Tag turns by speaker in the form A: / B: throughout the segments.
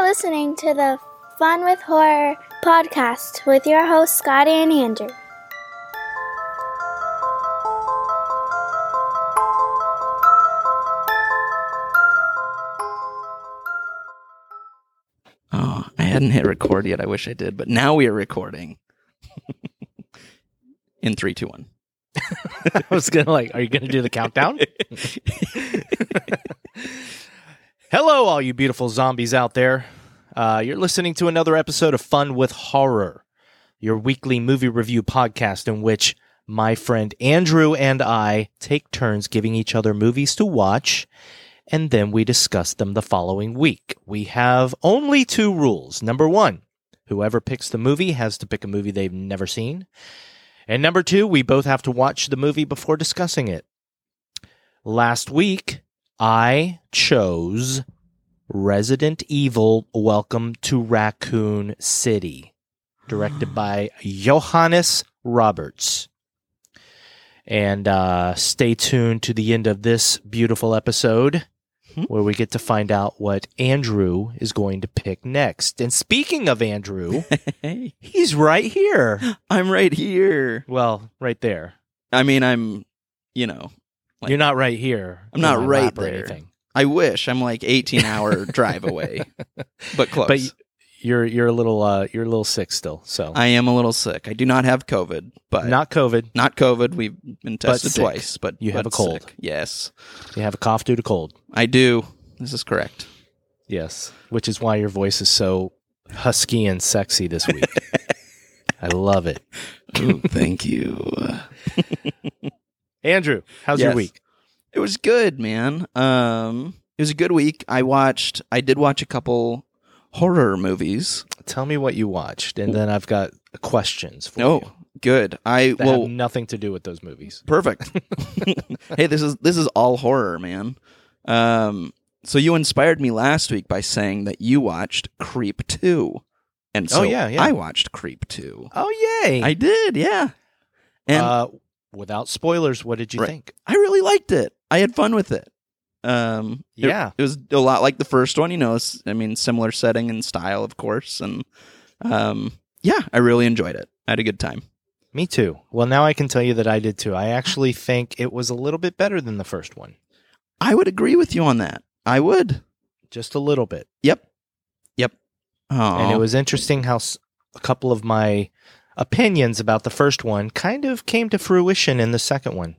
A: listening to the Fun with Horror podcast with your hosts, Scotty and Andrew.
B: Oh, I hadn't hit record yet. I wish I did, but now we are recording. In three, two, one.
C: I was gonna like, are you gonna do the countdown? Hello, all you beautiful zombies out there. Uh, you're listening to another episode of Fun with Horror, your weekly movie review podcast in which my friend Andrew and I take turns giving each other movies to watch, and then we discuss them the following week. We have only two rules. Number one, whoever picks the movie has to pick a movie they've never seen. And number two, we both have to watch the movie before discussing it. Last week, I chose Resident Evil Welcome to Raccoon City, directed by Johannes Roberts. And uh, stay tuned to the end of this beautiful episode
B: Hmm.
C: where we get to find out what Andrew is going to pick next. And speaking of Andrew,
B: Hey,
C: he's right here.
B: I'm right here.
C: Well, right there.
B: I mean, I'm, you know, Like-
C: You're not right here.
B: I'm not
C: in my
B: right
C: lap or
B: there. I wish I'm like 18 hour drive away, but close.
C: But y- you're you're a little uh, you're a little sick still. So
B: I am a little sick. I do not have COVID, but not,
C: not COVID.
B: COVID. We've been tested
C: sick.
B: twice, but
C: You have
B: but
C: a cold.
B: sick. Yes,
C: You have a cough due to cold.
B: I do. This is correct.
C: Yes, which is why your voice is so husky and sexy this week. I love it,
B: Ooh, thank you.
C: Andrew. How's your
B: Yes.
C: week?
B: It was good, man. Um, it was a good week. I watched. I did watch a couple horror movies.
C: Tell me what you watched, and then I've got questions for
B: Oh,
C: you
B: good. I
C: that
B: well,
C: have nothing to do with those movies.
B: perfect. hey, this is this is all horror, man. Um, so you inspired me last week by saying that you watched Creep Two, and so
C: Oh, yeah, yeah.
B: I watched Creep Two.
C: Oh yay!
B: I did, yeah. And
C: uh, without spoilers, what did you
B: Right.
C: think?
B: I really liked it. I had fun with it. Um, it-
C: Yeah.
B: it, was a lot like the first one. You know, it's, I mean, similar setting and style, of course, and um, yeah, I really enjoyed it. I had a good time.
C: Me too. Well, now I can tell you that I did too. I actually think it was a little bit better than the first one,
B: I would agree with you on that. I would.
C: just a little bit.
B: Yep. Yep. Oh,
C: And it was interesting how s- a couple of my opinions about the first one kind of came to fruition in the second one.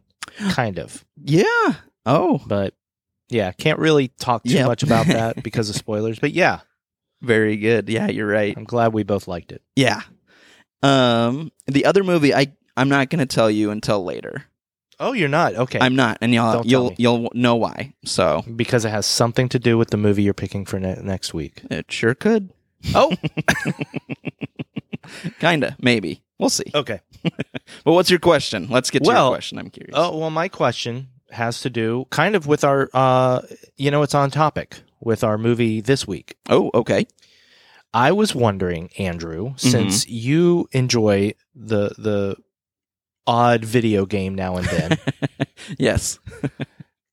C: Kind of.
B: yeah. Oh,
C: But yeah, can't really talk too
B: Yep.
C: much about that because of spoilers. But yeah,
B: very good. Yeah, you're right.
C: I'm glad we both liked it.
B: Yeah. Um, the other movie, I I'm not gonna tell you until later.
C: Oh, you're not? Okay.
B: I'm not, and y'all
C: Don't tell
B: you'll
C: me.
B: you'll know why. So
C: because it has something to do with the movie you're picking for ne- next week.
B: it sure could.
C: Oh,
B: Kinda, maybe. We'll see.
C: okay.
B: But what's your question? Let's get to
C: Oh. Well,
B: your question. I'm curious.
C: Oh, well, my question has to do kind of with our, uh, you know, it's on topic with our movie this week.
B: oh, okay.
C: I was wondering, Andrew,
B: Mm-hmm.
C: since you enjoy the the odd video game now and then,
B: Yes.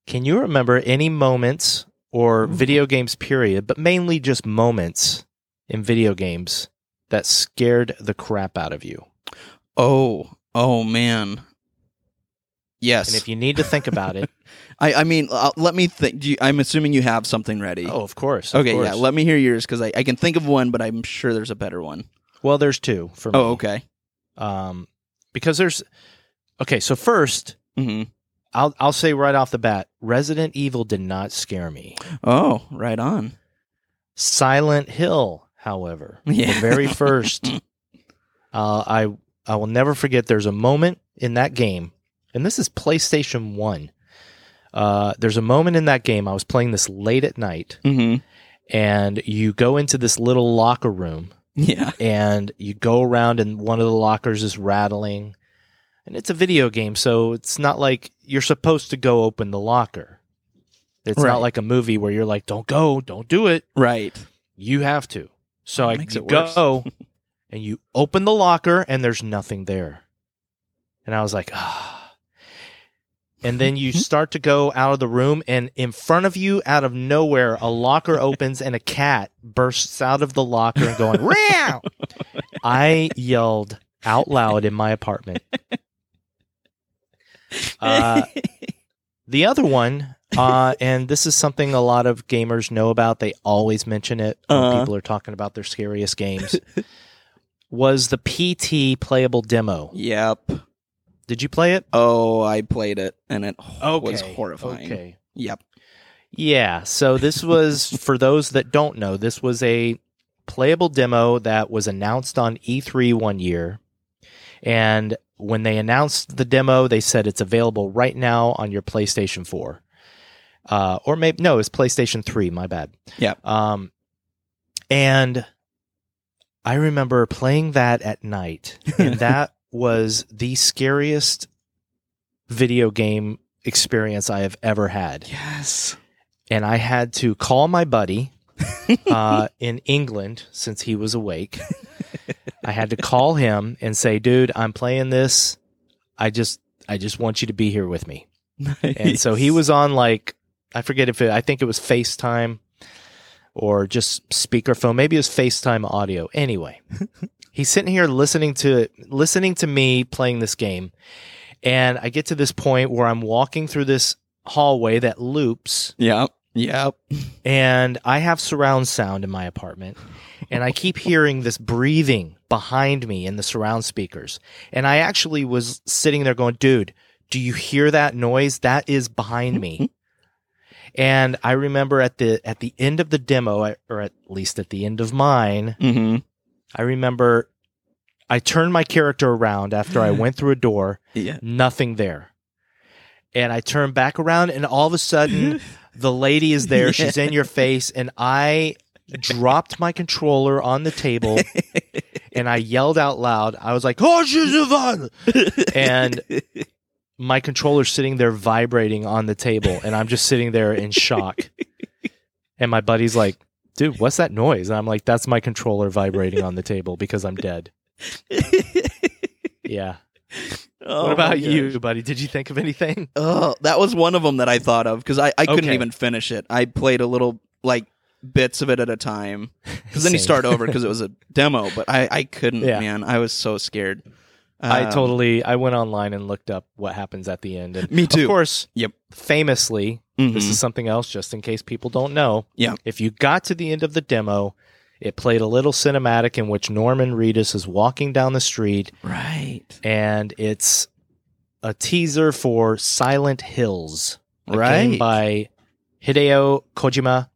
C: can you remember any moments or
B: Ooh.
C: video games period, but mainly just moments in video games that scared the crap out of you?
B: Oh, oh man. Yes.
C: And if you need to think about it,
B: I I mean, uh, let me think. Do you, I'm assuming you have something ready.
C: oh, of course. of
B: okay.
C: course.
B: Yeah. Let me hear yours because I, I can think of one, but I'm sure there's a better one.
C: well, there's two for me.
B: Oh, okay.
C: Um, because there's okay. So first,
B: hmm
C: I'll I'll say right off the bat, Resident Evil did not scare me.
B: Oh, right on.
C: Silent Hill, however,
B: Yeah.
C: the very first, uh, I I will never forget. There's a moment in that game, and this is PlayStation One. Uh, there's a moment in that game. I was playing this late at night,
B: Mm-hmm.
C: and you go into this little locker room,
B: Yeah.
C: and you go around, and one of the lockers is rattling, and it's a video game, so it's not like you're supposed to go open the locker. It's
B: Right.
C: not like a movie where you're like, "Don't go, don't do it."
B: Right.
C: You have to. So I
B: Makes
C: you
B: it worse.
C: go and you open the locker and there's nothing there. And I was like, ah. and then you start to go out of the room and in front of you out of nowhere a locker opens and a cat bursts out of the locker and going Meow! i yelled out loud in my apartment uh, the other one uh, and this is something a lot of gamers know about they always mention it when
B: Uh-huh.
C: people are talking about their scariest games was the pt playable demo
B: yep.
C: did you play it
B: Oh, I played it and it was
C: Okay,
B: horrifying.
C: okay
B: Yep.
C: Yeah. So this was for those that don't know, this was a playable demo that was announced on E3 one year. And when they announced the demo, they said it's available right now on your PlayStation 4. Uh, or maybe no, it's PlayStation 3, my bad.
B: Yep.
C: Um and I remember playing that at night and that was the scariest video game experience I have ever had
B: Yes.
C: and I had to call my buddy uh, in England since he was awake. I had to call him and say, "Dude, I'm playing this. I just, I just want you to be here with me." And so he was on like, I forget if it, I think it was FaceTime or just speakerphone. Maybe it was FaceTime audio. Anyway, he's sitting here listening to listening to me playing this game, and I get to this point where I'm walking through this hallway that loops
B: Yep. Yep.
C: and I have surround sound in my apartment, and I keep hearing this breathing behind me in the surround speakers. And I actually was sitting there going, dude, do you hear that noise? That is behind me. and I remember at the at the end of the demo, I- or at least at the end of mine,
B: Mm-hmm.
C: I remember I turned my character around after I went through a door,
B: Yeah.
C: nothing there. And I turned back around, and all of a sudden, the lady is there. She's in your face. And I dropped my controller on the table and I yelled out loud. I was like, Oh, she's a violent. And my controller's sitting there vibrating on the table. And I'm just sitting there in shock. And my buddy's like, Dude, what's that noise? And I'm like, That's my controller vibrating on the table because I'm dead. Yeah. what about you, buddy? Did you think of anything?
B: Oh, that was one of them that I thought of because I, I couldn't
C: Okay.
B: even finish it. I played a little like bits of it at a time because then you
C: Same.
B: start over because it was a demo. But I, I couldn't,
C: Yeah.
B: man. I was so scared.
C: I
B: Um,
C: totally I went online and looked up what happens at the end and
B: me too.
C: Of course,
B: Yep.
C: famously,
B: Mhm.
C: this is something else just in case people don't know.
B: Yeah.
C: If you got to the end of the demo, it played a little cinematic in which Norman Reedus is walking down the street
B: right,
C: and it's a teaser for Silent Hills, a
B: right.
C: game by Hideo Kojima,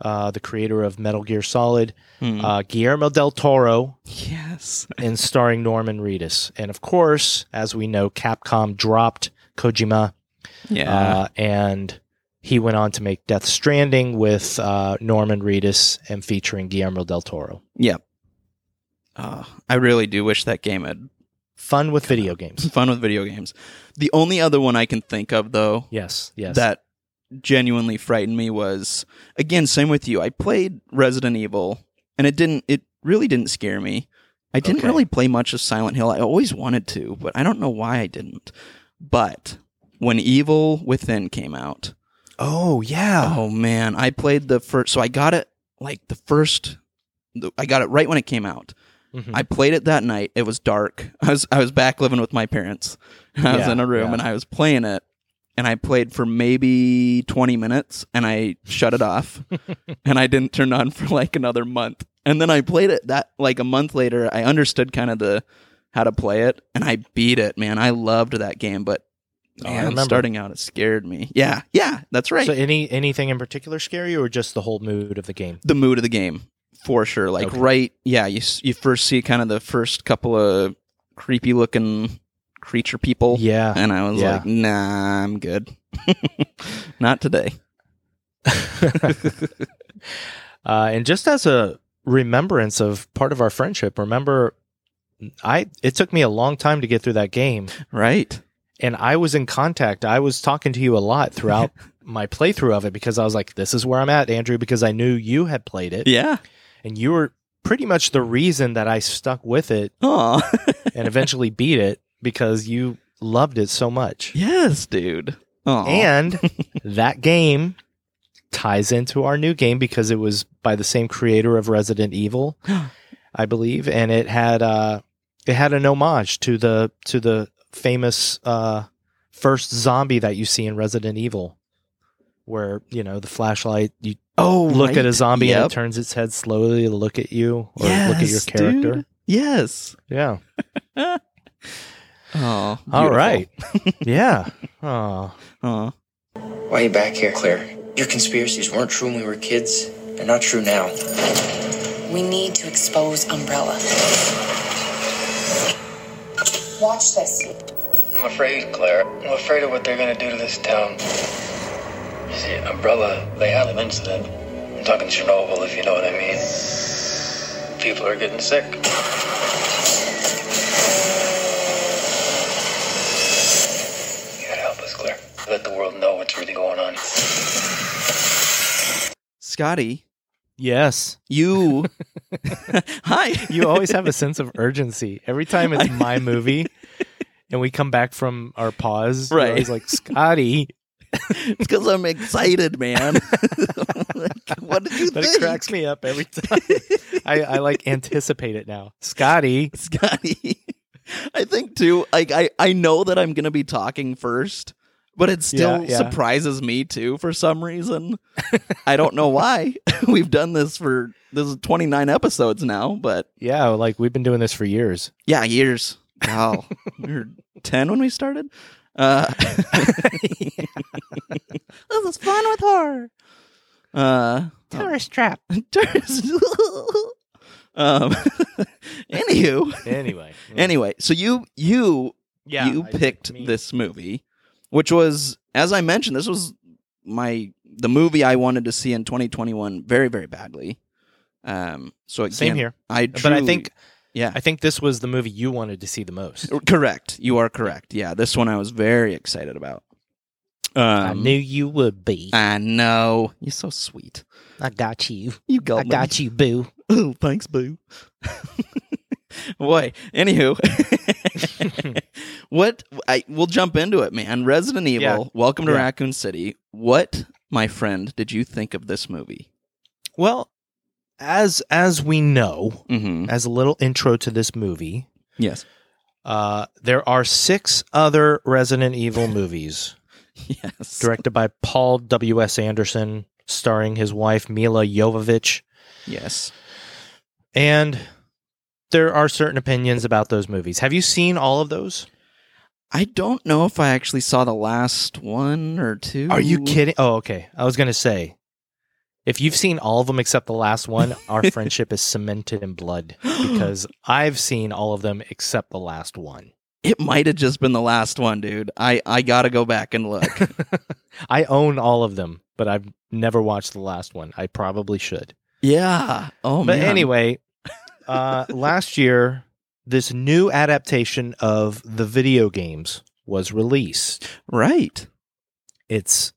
C: uh, the creator of Metal Gear Solid,
B: Hmm.
C: uh, Guillermo del Toro,
B: yes,
C: and starring Norman Reedus. And of course, as we know, Capcom dropped Kojima
B: yeah,
C: uh, and he went on to make Death Stranding with uh, Norman Reedus and featuring Guillermo del Toro.
B: yep. Uh, I really do wish that game had
C: Fun with video games.
B: fun with video games. The only other one I can think of though
C: Yes, yes.
B: that genuinely frightened me was again same with you. I played Resident Evil and it didn't it really didn't scare me. I didn't
C: Okay.
B: really play much of Silent Hill. I always wanted to, but I don't know why I didn't. But when Evil Within came out,
C: oh yeah.
B: oh man, I played the first so I got it like the first the- I got it right when it came out.
C: Mhm.
B: I played it that night. It was dark. I was I was back living with my parents. I was
C: Yeah,
B: in a room
C: yeah.
B: and I was playing it. And I played for maybe 20 minutes and I shut it off. and I didn't turn it on for like another month. And then I played it that like a month later. I understood kind of the how to play it and I beat it, man. I loved that game, but
C: Oh, I
B: man,
C: remember.
B: starting out it scared me. Yeah. Yeah, that's right.
C: So any anything in particular scary or just the whole mood of the game?
B: the mood of the game for sure. Like
C: Okay.
B: right, yeah, you s- you first see kind of the first couple of creepy looking creature people,
C: Yeah.
B: and I was
C: Yeah.
B: like, nah, I'm good. Not today.
C: Uh, and just as a remembrance of part of our friendship, remember I it took me a long time to get through that game.
B: Right.
C: and I was in contact. I was talking to you a lot throughout my playthrough of it because I was like, this is where I'm at, Andrew, because I knew you had played it
B: Yeah.
C: and you were pretty much the reason that I stuck with it
B: Oh.
C: and eventually beat it because you loved it so much.
B: Yes, dude. Oh,
C: And that game ties into our new game because it was by the same creator of Resident Evil, I believe, and it had uh it had an homage to the to the famous uh first zombie that you see in Resident Evil where, you know, the flashlight you
B: oh,
C: look at a
B: right.
C: zombie and
B: Yep.
C: it turns its head slowly to look at you or look at your
B: Yes,
C: character.
B: dude. Yes.
C: Yeah.
B: Oh,
C: All right. yeah. Oh.
B: Oh,
D: Why are you back here, Claire? Your conspiracies weren't true when we were kids. They're not true now.
E: We need to expose Umbrella. Watch this.
D: I'm afraid, Claire. I'm afraid of what they're gonna do to this town. You see, Umbrella, they had an incident. I'm talking Chernobyl, if you know what I mean. People are getting sick. You gotta help us, Claire. Let the world know what's really going on.
B: Scotty,
C: Yes.
B: you. Hi.
C: You always have a sense of urgency. Every time it's my movie and we come back from our pause,
B: Right.
C: right. always like, Scotty,
B: It's because I'm excited, man. Like, what did you
C: but
B: think,
C: it cracks me up every time. I, I like anticipate it now. Scotty.
B: Scotty? I think too. Like I, I know that I'm gonna be talking first, but it still
C: Yeah, yeah.
B: surprises me too for some reason. I don't know why. We've done this for this is 29 episodes now, but
C: Yeah, like we've been doing this for years.
B: yeah, years. Wow, we were 10 when we started. Uh, this is fun with horror. Uh,
C: Tourist trap.
B: Turtles. um, anywho,
C: Anyway.
B: anyway, so you you
C: yeah,
B: you
C: I-
B: picked
C: me.
B: this movie, which was, as I mentioned, this was my the movie I wanted to see in 2021 very very badly. Um, so it
C: Same
B: can't-
C: here.
B: I
C: But I
B: truly-
C: think
B: yeah,
C: I think this was the movie you wanted to see the most.
B: Oh, correct. You are correct. Yeah, this one I was very excited about. Um,
C: I knew you would be.
B: I know you're so sweet.
C: I got you.
B: You go.
C: I got you, boo.
B: Oh, thanks, boo. Boy, anywho, what I we'll jump into it, man. Resident Evil,
C: Yeah.
B: Welcome to
C: Yeah.
B: Raccoon City. What, my friend, did you think of this movie?
C: Well, as as we know,
B: Mm-hmm.
C: as a little intro to this movie,
B: Yes,
C: uh, there are six other Resident Evil movies
B: yes,
C: directed by Paul W. S. Anderson, starring his wife Mila Jovovich,
B: yes.
C: and there are certain opinions about those movies. Have you seen all of those?
B: I don't know if I actually saw the last one or two.
C: Are you kidding? Oh, okay. I was gonna say. If you've seen all of them except the last one, our friendship is cemented in blood because I've seen all of them except the last one.
B: It might have just been the last one, dude. I I gotta go back and look.
C: I own all of them, but I've never watched the last one. I probably should.
B: yeah. Oh
C: but
B: man.
C: anyway, uh, last year, this new adaptation of the video games was released.
B: right.
C: It's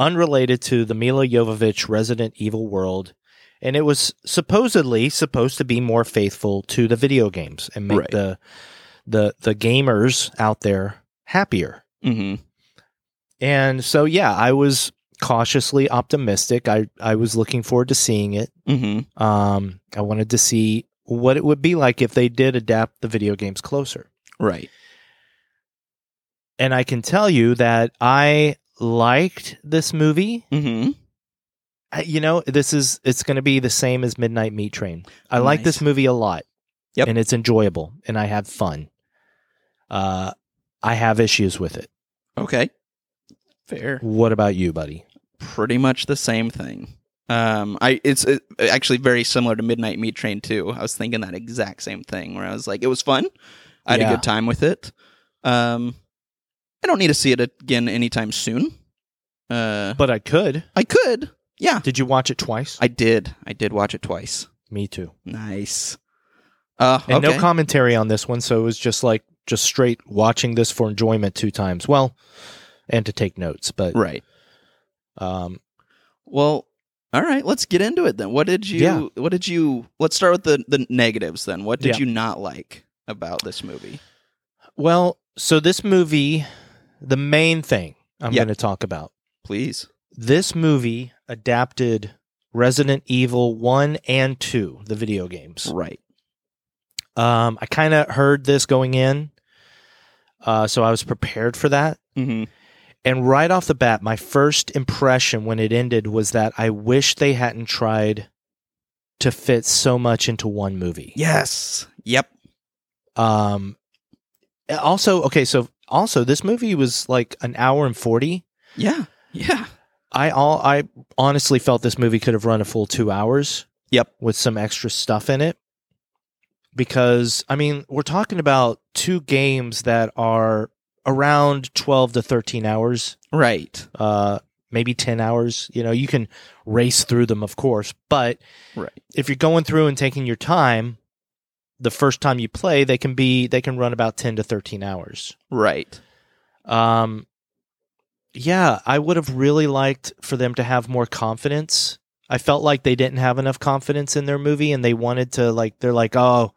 C: unrelated to the Mila Jovovich Resident Evil world, and it was supposedly supposed to be more faithful to the video games and make
B: Right.
C: the the the gamers out there happier.
B: Mm-hmm.
C: And so, yeah, I was cautiously optimistic. I, I was looking forward to seeing it.
B: Mm-hmm.
C: Um, I wanted to see what it would be like if they did adapt the video games closer.
B: Right.
C: And I can tell you that I liked this movie.
B: Mm-hmm.
C: I- You know, this is it's going to be the same as Midnight Meat Train. I like
B: Nice.
C: this movie a lot.
B: Yep.
C: And it's enjoyable and I have fun. Uh I have issues with it.
B: Okay. Fair.
C: What about you, buddy?
B: pretty much the same thing. Um, I it's uh actually very similar to Midnight Meat Train too. I was thinking that exact same thing where I was like, it was fun. I had
C: Yeah.
B: a good time with it. Um, I don't need to see it again anytime soon. Uh,
C: But I could.
B: I could. Yeah,
C: Did you watch it twice?
B: I did. I did watch it twice.
C: Me too.
B: Nice. Uh,
C: And
B: okay.
C: no commentary on this one, so it was just like just straight watching this for enjoyment two times. Well, and to take notes, but
B: right.
C: um,
B: Well, all right. Let's get into it then. What did you?
C: Yeah.
B: What did you? Let's start with the the negatives then. What did
C: Yeah.
B: you not like about this movie?
C: Well, so this movie, the main thing I'm
B: Yeah.
C: going to talk about.
B: Please.
C: This movie adapted Resident Evil 1 and 2, the video games.
B: Right.
C: Um, I kind of heard this going in. Uh, so I was prepared for that.
B: Mm-hmm.
C: And right off the bat, my first impression when it ended was that I wish they hadn't tried to fit so much into one movie.
B: Yes. Yep.
C: Um also, okay, so also this movie was like an hour and 40.
B: Yeah. Yeah.
C: I all I honestly felt this movie could have run a full 2 hours.
B: Yep.
C: With some extra stuff in it. Because I mean, we're talking about two games that are around 12 to 13 hours.
B: Right.
C: uh, maybe 10 hours. You know, you can race through them, of course, but
B: Right.
C: if you're going through and taking your time, the first time you play, they can be they can run about 10 to 13 hours.
B: Right.
C: Um, yeah, I would have really liked for them to have more confidence. I felt like they didn't have enough confidence in their movie and they wanted to like they're like, "Oh,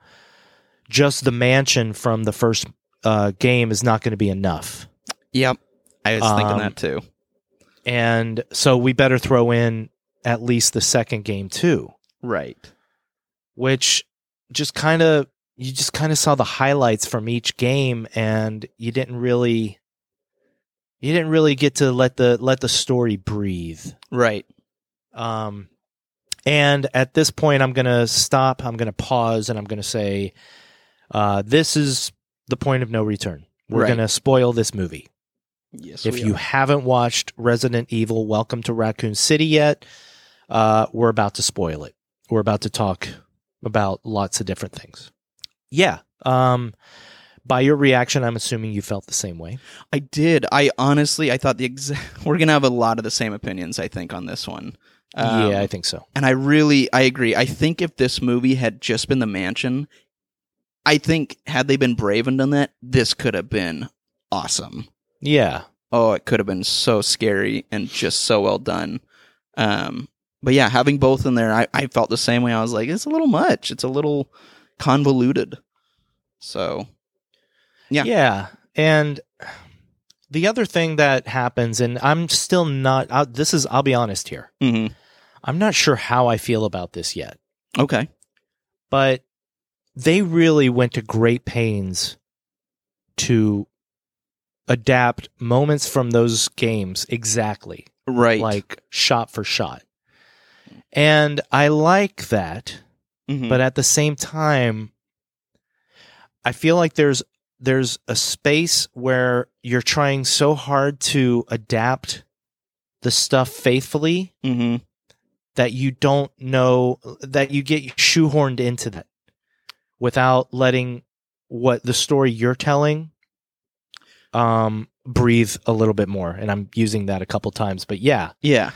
C: just the mansion from the first uh, game is not going to be enough."
B: Yep. I was thinking
C: Um,
B: that too.
C: and so we better throw in at least the second game too
B: Right.
C: which just kind of you just kind of saw the highlights from each game and you didn't really you didn't really get to let the let the story breathe
B: Right.
C: um and at this point i'm gonna stop i'm gonna pause and i'm gonna say uh this is the point of no return we're
B: Right.
C: gonna spoil this movie
B: Yes.
C: if you haven't watched Resident Evil Welcome to Raccoon City yet, uh, we're about to spoil it. We're about to talk about lots of different things. Yeah. Um, by your reaction, I'm assuming you felt the same way.
B: I did. I honestly, I thought the exact. We're gonna have a lot of the same opinions. I think on this one. Um,
C: yeah, I think so.
B: and I really, I agree. I think if this movie had just been the mansion, I think had they been brave and done that, this could have been awesome.
C: Yeah.
B: oh, it could have been so scary and just so well done. Um, but yeah, having both in there, I, I felt the same way. I was like, it's a little much. It's a little convoluted. So Yeah.
C: Yeah. And the other thing that happens, and I'm still not, I, this is, I'll be honest here.
B: mhm.
C: I'm not sure how I feel about this yet.
B: okay,
C: but they really went to great pains to adapt moments from those games exactly
B: right,
C: like shot for shot and i like that
B: Mhm.
C: but at the same time i feel like there's there's a space where you're trying so hard to adapt the stuff faithfully
B: Mhm.
C: that you don't know that you get shoehorned into that without letting what the story you're telling um breathe a little bit more and i'm using that a couple times but yeah
B: yeah,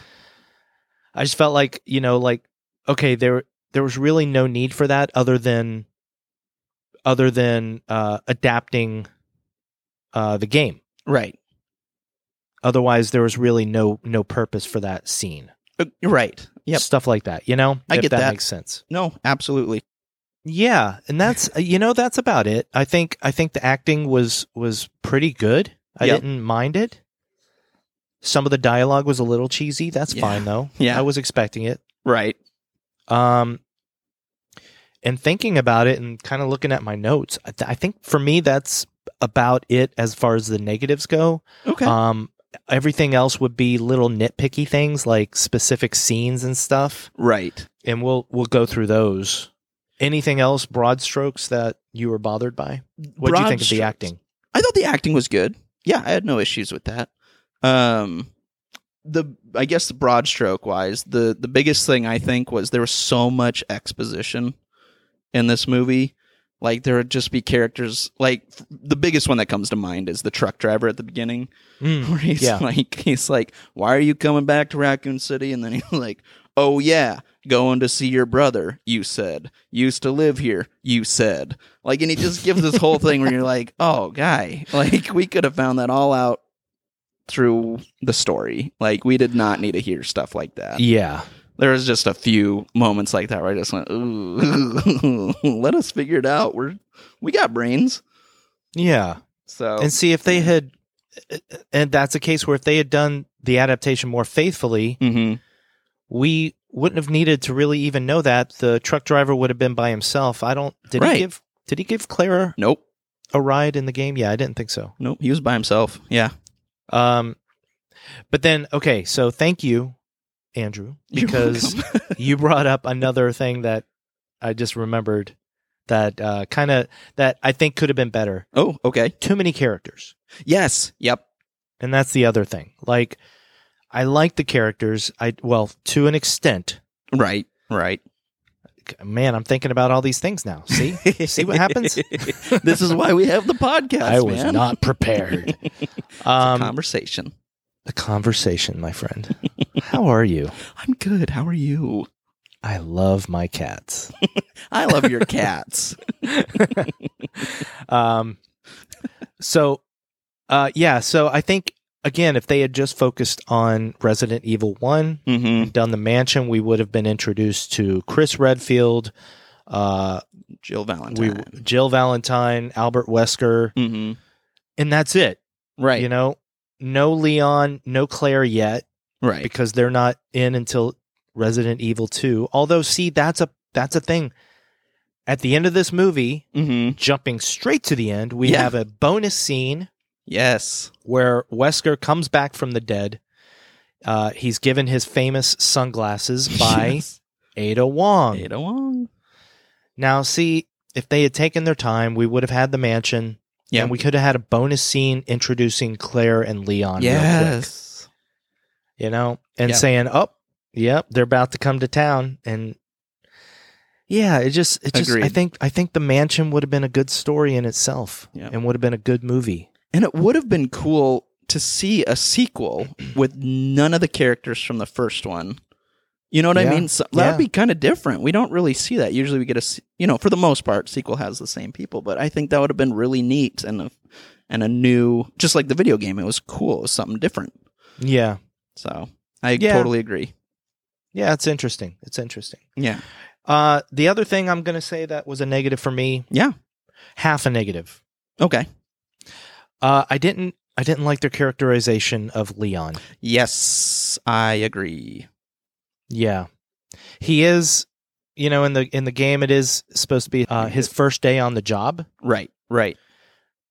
C: i just felt like you know like okay there there was really no need for that other than other than uh adapting uh the game
B: right,
C: otherwise there was really no no purpose for that scene
B: Uh, right, yep.
C: stuff like that you know
B: I
C: If
B: get that.
C: makes sense
B: No, absolutely.
C: Yeah, and that's you know that's about it. I think I think the acting was was pretty good. I
B: Yeah.
C: didn't mind it. Some of the dialogue was a little cheesy. That's
B: Yeah.
C: fine though.
B: Yeah.
C: I was expecting it.
B: Right.
C: Um, and thinking about it and kind of looking at my notes, I, th- I think for me that's about it as far as the negatives go.
B: Okay.
C: Um, everything else would be little nitpicky things like specific scenes and stuff
B: right.
C: and we'll we'll go through those. Anything else broad strokes that you were bothered by? What do you
B: Broad
C: think of the
B: strokes.
C: acting?
B: I thought the acting was good. Yeah, I had no issues with that. Um the I guess the broad stroke wise, the the biggest thing I think was there was so much exposition in this movie. Like there would just be characters like f- the biggest one that comes to mind is the truck driver at the beginning where he's
C: yeah.
B: like he's like, "Why are you coming back to Raccoon City?" and then he's like, "Oh yeah, going to see your brother." You said used to live here. You said like, and he just gives this whole thing where you're like, "Oh guy, like we could have found that all out through the story. Like we did not need to hear stuff like that."
C: Yeah,
B: There was just a few moments like that where I just went, "Ooh, let us figure it out. We're we got brains."
C: yeah.
B: So
C: and see if they had and that's a case where if they had done the adaptation more faithfully
B: Mhm.
C: we wouldn't have needed to really even know that the truck driver would have been by himself i don't did
B: Right.
C: he give did he give clara
B: nope,
C: a ride in the game yeah i didn't think so
B: nope. He was by himself. Yeah,
C: um but then okay so thank you andrew
B: You're
C: because
B: welcome.
C: you brought up another thing that i just remembered that uh kind of that i think could have been better
B: oh, okay.
C: too many characters
B: Yes. Yep.
C: And that's the other thing. Like, I like the characters. I well, to an extent.
B: Right. Right.
C: Man, I'm thinking about all these things now. See, see what happens.
B: this is why we have the podcast.
C: I was
B: man.
C: not prepared. um,
B: Conversation.
C: the conversation, my friend. How are you?
B: I'm good. How are you?
C: I love my cats.
B: I love your cats.
C: Um, so, uh, yeah. So I think again, if they had just focused on Resident Evil One,
B: mm-hmm.
C: done the mansion, we would have been introduced to Chris Redfield. Uh,
B: Jill
C: we
B: Valentine.
C: Jill Valentine, Albert Wesker,
B: mm-hmm.
C: and that's it.
B: Right.
C: You know, no Leon, no Claire yet
B: right.
C: because they're not in until Resident Evil 2. Although see, that's a that's a thing. At the end of this movie,
B: mm-hmm.
C: jumping straight to the end, we
B: Yeah.
C: have a bonus scene
B: Yes.
C: where Wesker comes back from the dead. Uh, he's given his famous sunglasses by
B: Yes.
C: Ada Wong.
B: Ada Wong.
C: Now, see, if they had taken their time, we would have had the mansion.
B: Yeah.
C: And we could have had a bonus scene introducing Claire and Leon real quick.
B: Yes.
C: You know, and
B: Yeah.
C: saying, Oh, yep, they're about to come to town and yeah, it just it just I
B: Agreed.
C: think I think the mansion would have been a good story in itself
B: Yeah.
C: and would have been a good movie.
B: And it would have been cool to see a sequel with none of the characters from the first one. You know what
C: Yeah.
B: I mean? So that'd
C: Yeah.
B: be kind of different. We don't really see that. Usually we get a, se- you know, for the most part, sequel has the same people, but I think that would have been really neat and a, and a new, just like the video game, it was cool. It was something different.
C: Yeah.
B: So I
C: Yeah.
B: totally agree.
C: Yeah, it's interesting. It's interesting.
B: Yeah.
C: Uh the other thing I'm gonna say that was a negative for me,
B: Yeah.
C: half a negative.
B: Okay.
C: Uh I didn't I didn't like their characterization of Leon.
B: Yes, I agree.
C: Yeah, he is. You know, in the in the game, it is supposed to be uh, his first day on the job,
B: Right. Right.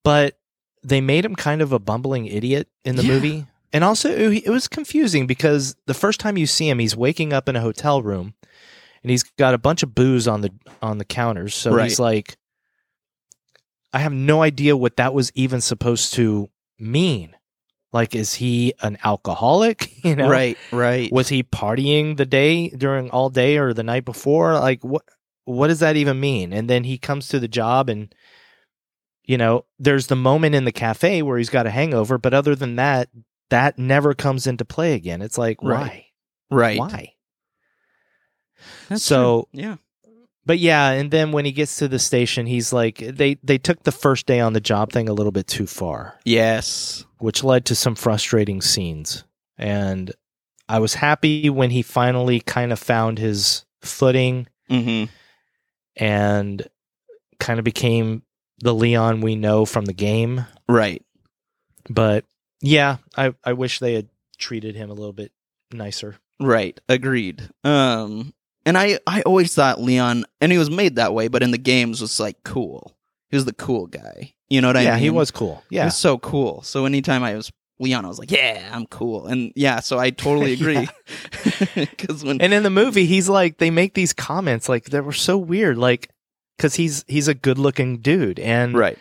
C: but they made him kind of a bumbling idiot in the
B: Yeah.
C: movie. And also, it it was confusing because the first time you see him, he's waking up in a hotel room, and he's got a bunch of booze on the on the counters. So
B: Right.
C: he's like, I have no idea what that was even supposed to mean. Like, is he an alcoholic? You know,
B: Right. Right.
C: was he partying the day during all day or the night before like what what does that even mean and then he comes to the job and you know there's the moment in the cafe where he's got a hangover but other than that that never comes into play again it's like
B: Right. right.
C: why why
B: That's
C: So-
B: true. yeah.
C: but yeah and then when he gets to the station he's like they they took the first day on the job thing a little bit too far
B: Yes.
C: which led to some frustrating scenes. And I was happy when he finally kind of found his footing
B: Mm-hmm.
C: and kind of became the Leon we know from the game.
B: Right.
C: But yeah, I, I wish they had treated him a little bit nicer.
B: Right. Agreed. Um and I I always thought Leon and he was made that way, but in the games was like cool. He was the cool guy. You know what I
C: yeah,
B: mean?
C: he was cool.
B: He
C: Yeah.
B: was so cool. So anytime I was Leon, I was like, Yeah, I'm cool. And yeah, so I totally agree. Because when
C: And in the movie, he's like, they make these comments like they were so weird, like because he's he's a good looking dude, and
B: Right.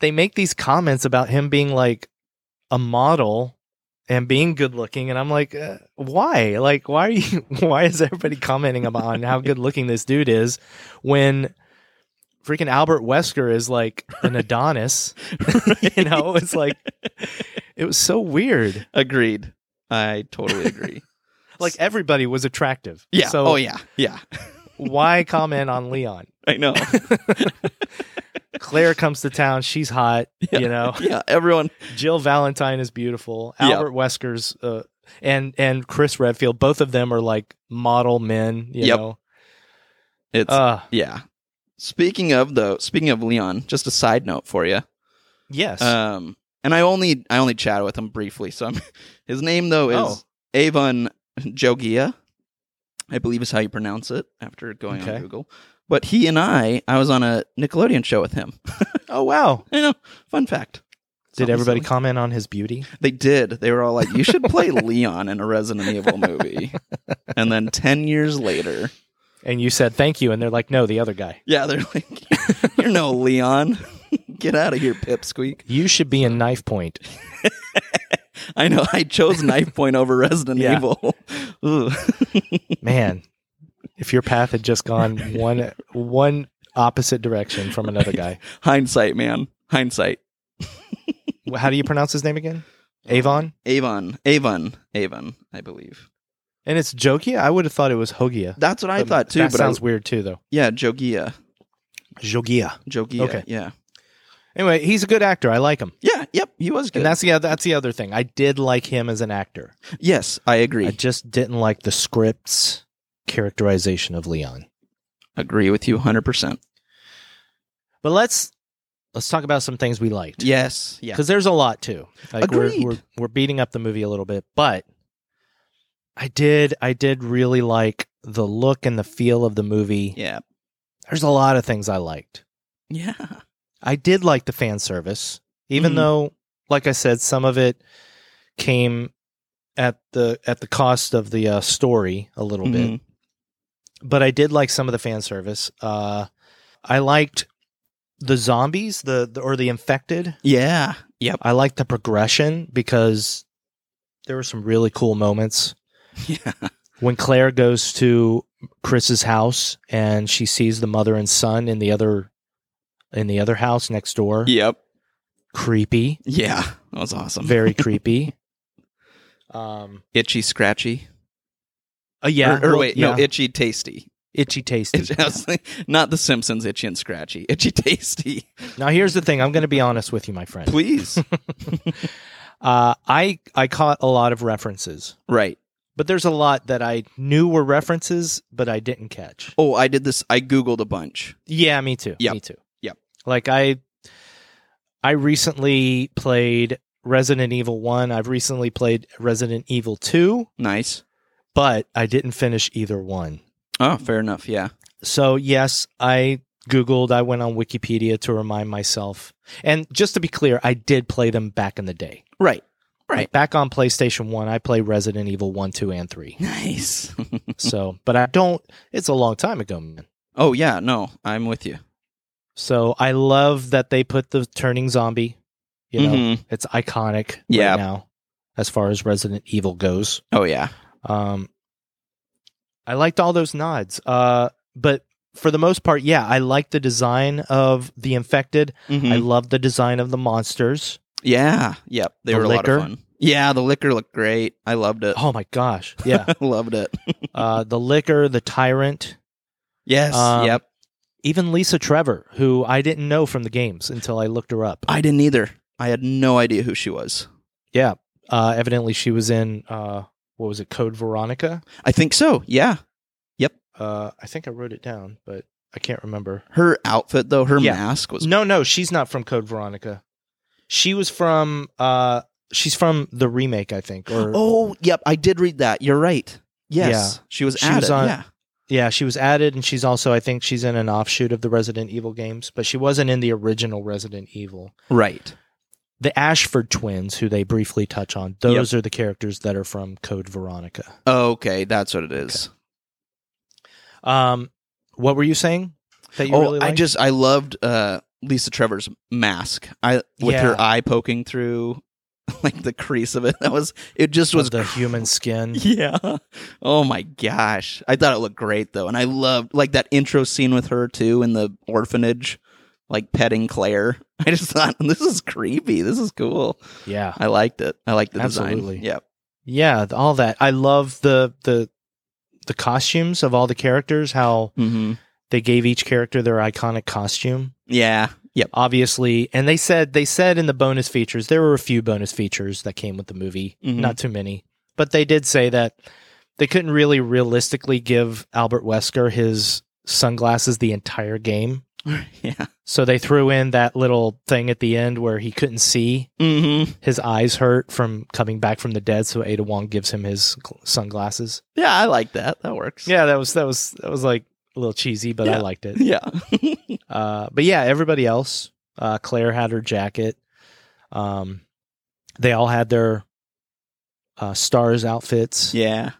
C: they make these comments about him being like a model and being good looking and i'm like uh, why like why are you why is everybody commenting about on how good looking this dude is when freaking albert wesker is like an adonis you know it's like it was so weird
B: Agreed. I totally agree.
C: like everybody was attractive
B: Yeah.
C: so
B: oh yeah. Yeah.
C: why comment on leon
B: I know.
C: claire comes to town she's hot you know
B: yeah. Everyone.
C: Jill Valentine is beautiful.
B: Yeah.
C: Albert Wesker's uh, and and Chris Redfield, both of them are like model men. You
B: Yep.
C: know,
B: It's
C: uh,
B: Yeah. Speaking of though, speaking of Leon, just a side note for you.
C: Yes.
B: Um, and I only I only chatted with him briefly. So I'm, his name though is
C: Oh.
B: Avon Jogia, I believe is how you pronounce it after going
C: Okay.
B: on Google. But he and I, I was on a Nickelodeon show with him.
C: oh wow!
B: I know, fun fact.
C: Did
B: Something
C: everybody
B: silly.
C: comment on his beauty?
B: They did. They were all like, "You should play Leon in a Resident Evil movie." And then ten years later,
C: And you said thank you, and they're like, no, the other guy.
B: yeah, they're like, "You're no Leon. Get out of here, Pipsqueak."
C: You should be in Knife Point.
B: I know. I chose Knife Point over Resident
C: Yeah.
B: Evil. Ooh.
C: Man, if your path had just gone one one opposite direction from another guy.
B: Hindsight, man. Hindsight.
C: Wh- How do you pronounce his name again? Avon?
B: Avon. Avon. Avon, I believe.
C: And it's Jogia? I would have thought it was Hogia.
B: That's what I
C: But
B: thought too.
C: Um, That
B: but
C: sounds
B: I,
C: weird too, though.
B: yeah, Jogia.
C: Jogia.
B: Jogia.
C: Okay.
B: Yeah.
C: Anyway, he's a good actor. I like him.
B: Yeah. Yep. He was good.
C: And that's the that's the other thing. I did like him as an actor.
B: yes, I agree.
C: I just didn't like the script's characterization of Leon.
B: agree with you 100%.
C: But let's let's talk about some things we liked.
B: Yes. Yeah.
C: because there's a lot too. Like we're,
B: Agreed.
C: we're we're beating up the movie a little bit, but I did I did really like the look and the feel of the movie.
B: Yeah.
C: There's a lot of things I liked.
B: Yeah.
C: I did like the fan service, even
B: Mhm.
C: though, like I said, some of it came at the at the cost of the uh, story a little bit
B: Mhm.
C: but I did like some of the fan service. Uh, I liked the zombies, the, the or the infected.
B: Yeah. Yep.
C: I liked the progression because there were some really cool moments
B: Yeah.
C: when Claire goes to Chris's house and she sees the mother and son in the other in the other house next door.
B: Yep.
C: Creepy,
B: Yeah. That was awesome.
C: very creepy. Um,
B: itchy, scratchy.
C: uh, yeah,
B: Or, or
C: well,
B: wait,
C: yeah,
B: no, itchy, tasty.
C: itchy tasty.
B: Itch- I was like- not the Simpsons, itchy and scratchy. Itchy, tasty.
C: now here's the thing. I'm going to be honest with you, my friend.
B: Please.
C: Uh, I I caught a lot of references,
B: right.
C: but there's a lot that I knew were references, but I didn't catch.
B: Oh, I did this. I Googled a bunch.
C: Yeah, me too.
B: Yep.
C: Me too.
B: Yep.
C: Like I I recently played Resident Evil 1. I've recently played Resident Evil 2,
B: Nice.
C: but I didn't finish either one.
B: Oh, fair enough. Yeah.
C: So, yes, I googled, I went on Wikipedia to remind myself. And just to be clear, I did play them back in the day.
B: Right.
C: Like,
B: Right.
C: back on PlayStation 1, I played Resident Evil 1, 2 and 3.
B: Nice.
C: So, but I don't. It's a long time ago, man.
B: oh yeah, no, I'm with you.
C: So I love that they put the turning zombie. You know,
B: Mhm.
C: it's iconic
B: Yeah.
C: right now as far as Resident Evil goes.
B: Oh yeah.
C: Um, I liked all those nods. Uh, but for the most part, yeah, I like the design of the infected.
B: Mhm.
C: I love the design of the monsters.
B: yeah. Yep. They
C: The
B: were a
C: liquor?
B: lot of fun. Yeah, the liquor looked great. I loved it.
C: Oh my gosh, yeah.
B: loved it.
C: uh, the liquor, the tyrant,
B: yes.
C: Um,
B: yep.
C: even Lisa Trevor, who I didn't know from the games until I looked her up.
B: I didn't either. I had no idea who she was.
C: Yeah. Uh, evidently, she was in uh, what was it, Code Veronica?
B: I think so. Yeah.
C: Uh, I think I wrote it down, but I can't remember.
B: Her outfit though, her
C: Yeah.
B: mask was
C: No, no, she's not from Code Veronica. She was from. Uh, she's from the remake, I think. Or
B: Oh, yep, I did read that. You're right. Yes. She was
C: She
B: added.
C: was on-
B: yeah.
C: yeah, she was added, and she's also, I think, she's in an offshoot of the Resident Evil games, but she wasn't in the original Resident Evil.
B: Right.
C: The Ashford twins, who they briefly touch on, those are the characters that are from Code Veronica.
B: Okay, that's what it is.
C: Um, what were you saying? That you
B: oh,
C: really
B: I
C: liked?
B: just I loved uh Lisa Trevor's mask. I with
C: Yeah.
B: her eye poking through like the crease of it. That was it just was
C: Of the human skin.
B: Yeah. Oh my gosh. I thought it looked great though. And I loved like that intro scene with her too in the orphanage like petting Claire. I just thought this is creepy. This is cool.
C: Yeah.
B: I liked it. I liked the
C: Absolutely.
B: design. Yep.
C: Yeah, th- all that. I love the the the costumes of all the characters. How
B: Mm-hmm.
C: they gave each character their iconic costume.
B: Yeah. Yep.
C: Obviously, and they said they said in the bonus features there were a few bonus features that came with the movie,
B: Mhm.
C: not too many, but they did say that they couldn't really realistically give Albert Wesker his sunglasses the entire game
B: yeah.
C: So they threw in that little thing at the end where he couldn't see.
B: Mm-hmm.
C: His eyes hurt from coming back from the dead. So Ada Wong gives him his gl- sunglasses.
B: Yeah, I like that. That works.
C: Yeah, that was that was that was like a little cheesy, but I
B: Yeah.
C: liked it.
B: Yeah.
C: Uh, but yeah, everybody else. Uh, Claire had her jacket. Um, they all had their uh, stars outfits.
B: yeah.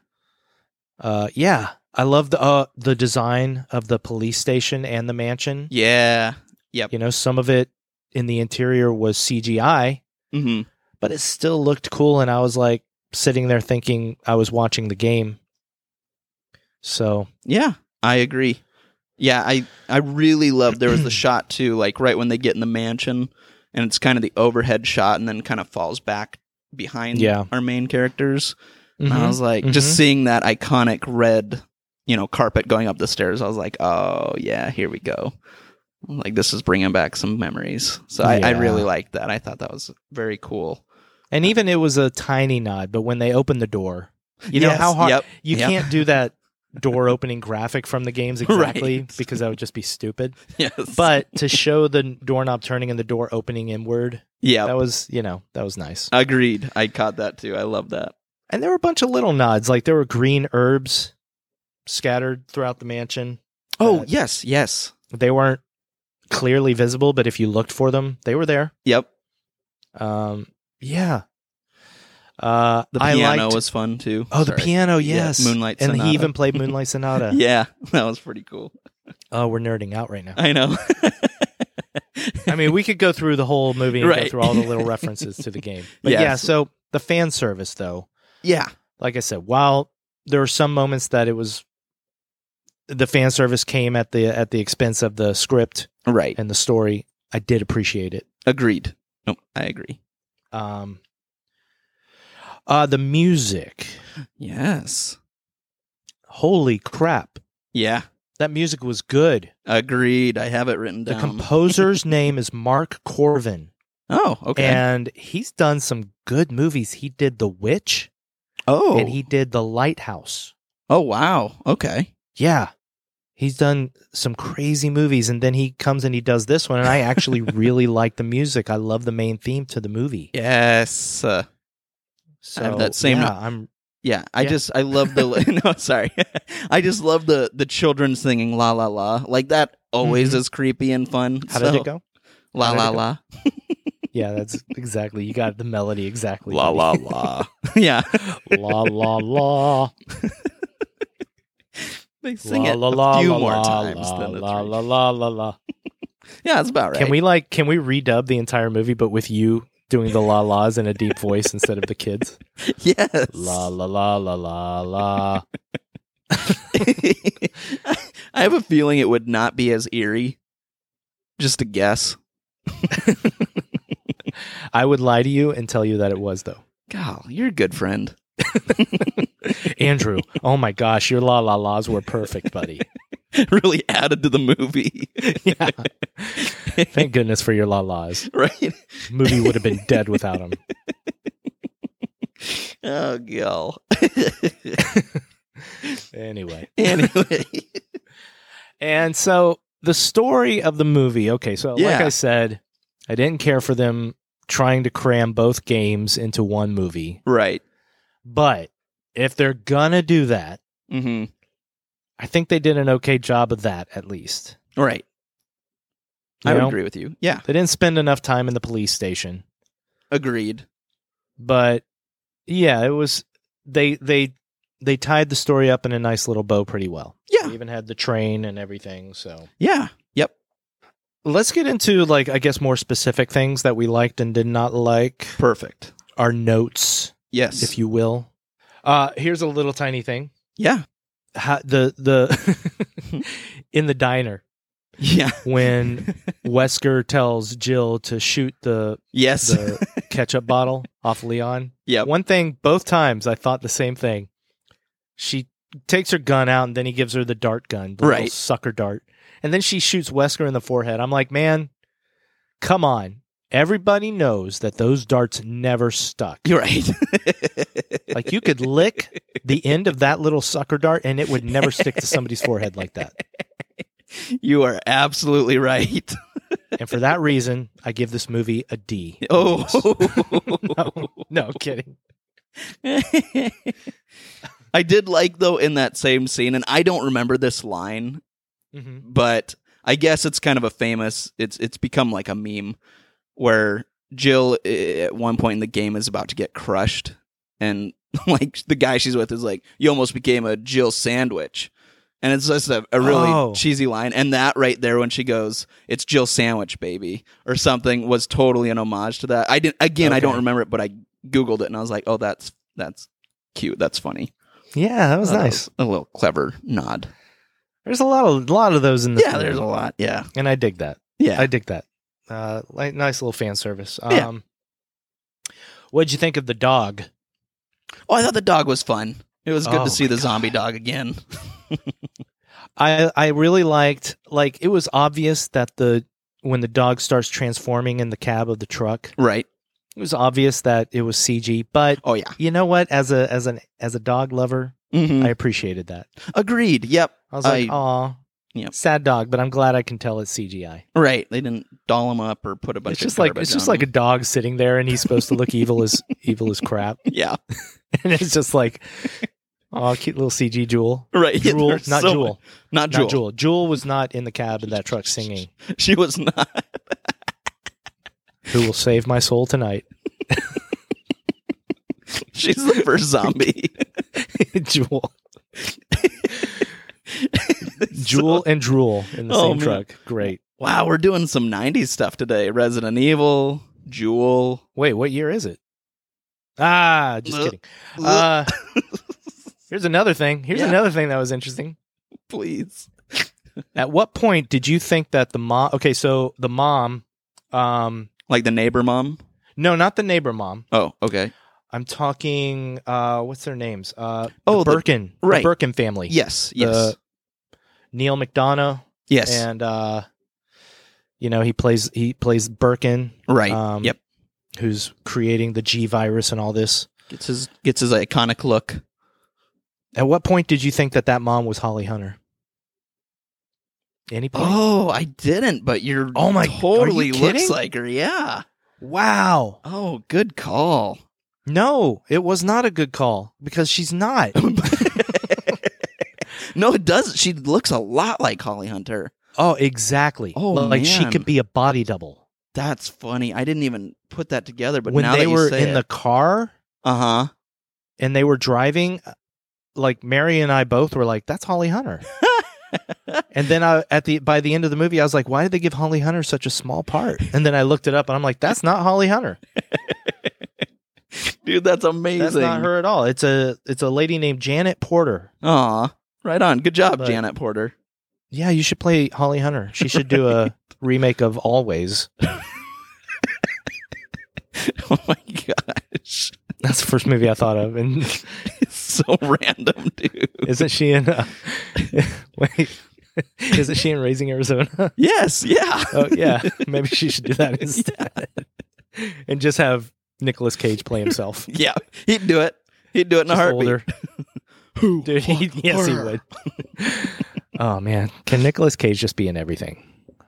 C: Uh, yeah, I love the uh, the design of the police station and the mansion.
B: Yeah.
C: You know, some of it in the interior was CGI,
B: hmm
C: but it still looked cool. And I was like sitting there thinking I was watching the game. So
B: Yeah. I agree. Yeah, I I really loved there was the shot too, like right when they get in the mansion and it's kind of the overhead shot and then kind of falls back behind
C: Yeah.
B: our main characters. And I
C: mhm.
B: was like
C: Mhm.
B: just seeing that iconic red, you know, carpet going up the stairs. I was like, "Oh, yeah, here we go." Like this is bringing back some memories. So I, I
C: Yeah.
B: really liked that. I thought that was very cool.
C: and even it was a tiny nod, but when they opened the door, you know
B: Yes,
C: how hard
B: yep,
C: you
B: yep.
C: can't do that door opening graphic from the games exactly
B: Right.
C: because that would just be stupid.
B: Yes.
C: But to show the doorknob turning and the door opening inward,
B: yeah,
C: that was you know that was nice.
B: Agreed. I caught that too. I love that.
C: And there were a bunch of little nods, like there were green herbs scattered throughout the mansion.
B: Oh,
C: Uh,
B: yes, yes.
C: They weren't clearly visible, but if you looked for them, they were there.
B: Yep.
C: Um, yeah. Uh,
B: The
C: I
B: piano
C: liked-
B: was fun too.
C: Oh, the
B: Sorry.
C: piano,
B: Yeah,
C: yes.
B: Moonlight
C: and
B: Sonata.
C: he even played Moonlight Sonata.
B: Yeah, that was pretty cool.
C: Oh, we're nerding out right now.
B: I know.
C: I mean, we could go through the whole movie and go
B: Right.
C: through all the little references to the game. But
B: Yes.
C: yeah, so the fan service though,
B: yeah.
C: like I said, while there were some moments that it was the fan service came at the at the expense of the script
B: Right.
C: and the story, I did appreciate it.
B: Agreed. No, I agree.
C: Um uh the music.
B: Yes.
C: Holy crap.
B: Yeah.
C: That music was good.
B: Agreed. I have it written
C: The
B: down.
C: composer's name is Mark Corvin.
B: oh, okay.
C: And he's done some good movies. He did The Witch
B: oh.
C: and he did The Lighthouse.
B: oh, wow. Okay.
C: Yeah. He's done some crazy movies and then he comes and he does this one and I actually really like the music. I love the main theme to the movie.
B: Yes. Uh,
C: So
B: I have that same-
C: yeah, I'm
B: yeah. I
C: Yeah.
B: just I love the no sorry. I just love the the children singing la la la like that always
C: Mhm.
B: is creepy and fun.
C: How
B: so,
C: did it go?
B: La
C: How did
B: la
C: it go?
B: la.
C: Yeah, that's exactly. You got the melody exactly.
B: La la
C: buddy.
B: la. yeah.
C: la la la.
B: They sing
C: la,
B: it
C: la,
B: a
C: la,
B: few
C: la,
B: more
C: la,
B: times
C: la,
B: than the
C: la,
B: three.
C: la la la la.
B: Yeah, that's about right.
C: Can we like can we redub the entire movie but with you doing the la las in a deep voice instead of the kids?
B: Yes.
C: La la la la la la.
B: I have a feeling it would not be as eerie. Just a guess.
C: I would lie to you and tell you that it was though.
B: Gal, you're a good friend.
C: Andrew, oh my gosh, your la la la's were perfect, buddy.
B: really added to the movie.
C: Yeah. Thank goodness for your la la's.
B: right?
C: Movie would have been dead without them.
B: Oh, Gal.
C: Anyway.
B: anyway.
C: And so the story of the movie, okay, so like
B: Yeah.
C: I said, I didn't care for them trying to cram both games into one movie.
B: Right.
C: But if they're gonna do that,
B: Mm-hmm.
C: I think they did an okay job of that at least.
B: Right.
C: You
B: I would
C: know?
B: agree with you. Yeah.
C: They didn't spend enough time in the police station.
B: Agreed.
C: but yeah it was they they they tied the story up in a nice little bow pretty well
B: Yeah.
C: They even had the train and everything so
B: Yeah. Yep.
C: let's get into like i guess more specific things that we liked and did not like
B: Perfect.
C: our notes
B: Yes.
C: if you will uh here's a little tiny thing
B: yeah.
C: How, the the in the diner
B: Yeah.
C: when Wesker tells Jill to shoot the
B: yes.
C: the ketchup bottle off Leon
B: yep.
C: One thing, both times I thought the same thing. She takes her gun out and then he gives her the dart gun, the little
B: Right.
C: sucker dart. And then she shoots Wesker in the forehead. I'm like, man, come on. Everybody knows that those darts never stuck.
B: You're right.
C: like you could lick the end of that little sucker dart and it would never stick to somebody's forehead like that.
B: You are absolutely right.
C: and for that reason, I give this movie a D.
B: Oh,
C: No kidding.
B: I did like though in that same scene, and I don't remember this line,
C: hmm
B: but I guess it's kind of a famous. It's it's become like a meme where Jill i- at one point in the game is about to get crushed, and like the guy she's with is like, "You almost became a Jill sandwich," and it's just a, a really
C: Oh.
B: cheesy line. And that right there, when she goes, "It's Jill sandwich, baby," or something, was totally an homage to that. I didn't. Again, I don't
C: Okay.
B: remember it, but I googled it and I was like, "Oh, that's that's." Cute. That's funny.
C: Yeah, that was
B: Uh,
C: nice.
B: A little clever nod.
C: There's a lot of lot of those in this.
B: Yeah,
C: movie.
B: there's a lot. Yeah,
C: and I dig that.
B: yeah.
C: I dig that. Uh, like, nice little fan service. Um,
B: Yeah.
C: What'd you think of the dog?
B: Oh, I thought the dog was fun. It was good
C: Oh
B: to see
C: my
B: the zombie dog again.
C: I I really liked like it was obvious that the when the dog starts transforming in the cab of the truck,
B: Right.
C: it was obvious that it was CG. But
B: Oh yeah.
C: you know what? As a as an as a dog lover,
B: Mhm.
C: I appreciated that.
B: Agreed. Yep.
C: I was like,
B: I-
C: "Aw,
B: Yep.
C: sad dog," but I'm glad I can tell it's CGI.
B: Right. They didn't doll him up or put a bunch.
C: it's
B: of
C: just like
B: garbage
C: it's just
B: on
C: like a
B: him.
C: dog sitting there, and he's supposed to look evil as evil as crap,
B: yeah.
C: and it's just like, "Oh, cute little CG jewel."
B: Right. Yeah,
C: Jewel,
B: there's
C: not
B: so-
C: Jewel.
B: Not
C: Not
B: Jewel.
C: Jewel. Jewel was not in the cab of that truck singing.
B: She was not.
C: Who will save my soul tonight?
B: She's the first zombie.
C: Jewel. Jewel and Drool in the
B: Oh,
C: same
B: man.
C: truck. Great.
B: Wow, we're doing some '90s stuff today. Resident Evil, Jewel.
C: Wait, what year is it? Ah, just
B: Look.
C: kidding. Uh, here's another thing. Here's
B: Yeah.
C: another thing that was interesting.
B: Please.
C: At what point did you think that the mom? Okay, so the mom, um,
B: Like the neighbor mom.
C: no, not the neighbor mom.
B: Oh, okay.
C: I'm talking. Uh, what's their names? Uh,
B: Oh,
C: the
B: the-
C: Birkin. The,
B: right.
C: Birkin family.
B: Yes.
C: The-
B: Yes.
C: Neil McDonough
B: yes.
C: and uh, you know he plays he plays Birkin.
B: right.
C: um,
B: yep.
C: who's creating the G virus and all this.
B: Gets his gets his iconic look.
C: At what point did you think that that mom was Holly Hunter? Any point?
B: Oh, I didn't, but you're
C: Oh my- are you
B: totally looks
C: kidding?
B: like her. Yeah.
C: wow.
B: Oh, good call.
C: No, it was not a good call because she's not.
B: no, it doesn't. She looks a lot like Holly Hunter.
C: Oh, exactly.
B: Oh,
C: like she
B: man.
C: could be a body double.
B: That's funny. I didn't even put that together, but
C: when
B: now
C: they
B: that
C: were in the car
B: uh
C: and they were driving, uh, like Mary and I both were like, "That's Holly Hunter."
B: huh.
C: And then I at the by the end of the movie, I was like, "Why did they give Holly Hunter such a small part?" And then I looked it up, and I'm like, "That's not Holly Hunter."
B: Dude, that's amazing.
C: That's not her at all. It's a it's a lady named Janet Porter.
B: Aw. Right on. Good job,
C: But-
B: Janet Porter.
C: Yeah, you should play Holly Hunter. She should do a remake of Always.
B: Oh my gosh.
C: That's the first movie I thought of. And
B: It's so random, dude.
C: isn't she in? Uh, wait, isn't she in Raising Arizona?
B: Yes, yeah.
C: Oh yeah, maybe she should do that instead, and just have Nicolas Cage play himself.
B: Yeah. He'd do it. He'd do it in a
C: Just
B: heartbeat.
C: older.
B: Who?
C: Dude, he,
B: fucked
C: yes, he
B: her?
C: would. oh man, can Nicolas Cage just be in everything?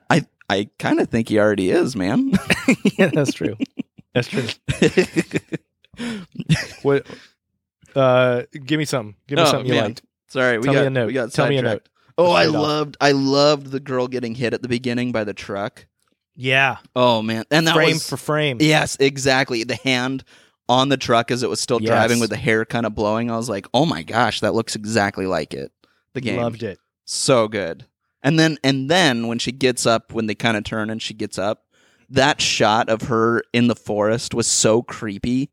B: I I kind of think he already is, man.
C: yeah, that's true. That's true. What? Uh, give me some. Give me
B: Oh,
C: something you
B: man.
C: liked.
B: Sorry, we
C: Tell me
B: got
C: a note.
B: we got
C: Tell me a
B: sidetracked.
C: note.
B: Oh, I
C: Straight off.
B: loved I loved the girl getting hit at the beginning by the truck.
C: Yeah,
B: Oh man, and that
C: frame
B: was
C: for frame.
B: yes, exactly. The hand on the truck as it was still
C: Yes.
B: driving with the hair kind of blowing. I was like, oh my gosh, that looks exactly like it. The game,
C: loved it.
B: so good. And then and then when she gets up, when they kind of turn and she gets up, that shot of her in the forest was so creepy,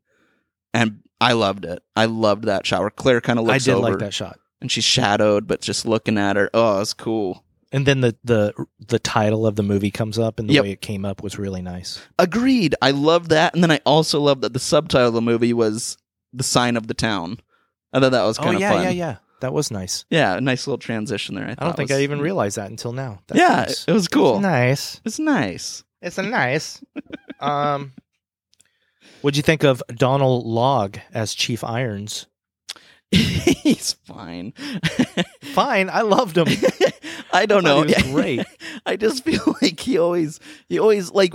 B: and I loved it. I loved that shot where Claire kind of
C: I
B: looks
C: did
B: over
C: like that shot.
B: and she's shadowed, but just looking at her, oh, it's cool.
C: And then the the the title of the movie comes up, and the
B: Yep.
C: way it came up was really nice.
B: Agreed. I love that, and then I also love that the subtitle of the movie was "The Sign of the Town." I thought that was kind of
C: Oh, yeah,
B: fun.
C: yeah, yeah. That was nice.
B: Yeah, a nice little transition there. I,
C: I don't think I even realized that until now. That's
B: yeah,
C: nice.
B: it was cool.
C: nice.
B: It's nice.
C: It's a nice. um, what'd you think of Donald Log as Chief Irons?
B: He's fine.
C: Fine, I loved him.
B: I don't know.
C: thought he was great.
B: I just feel like he always he always like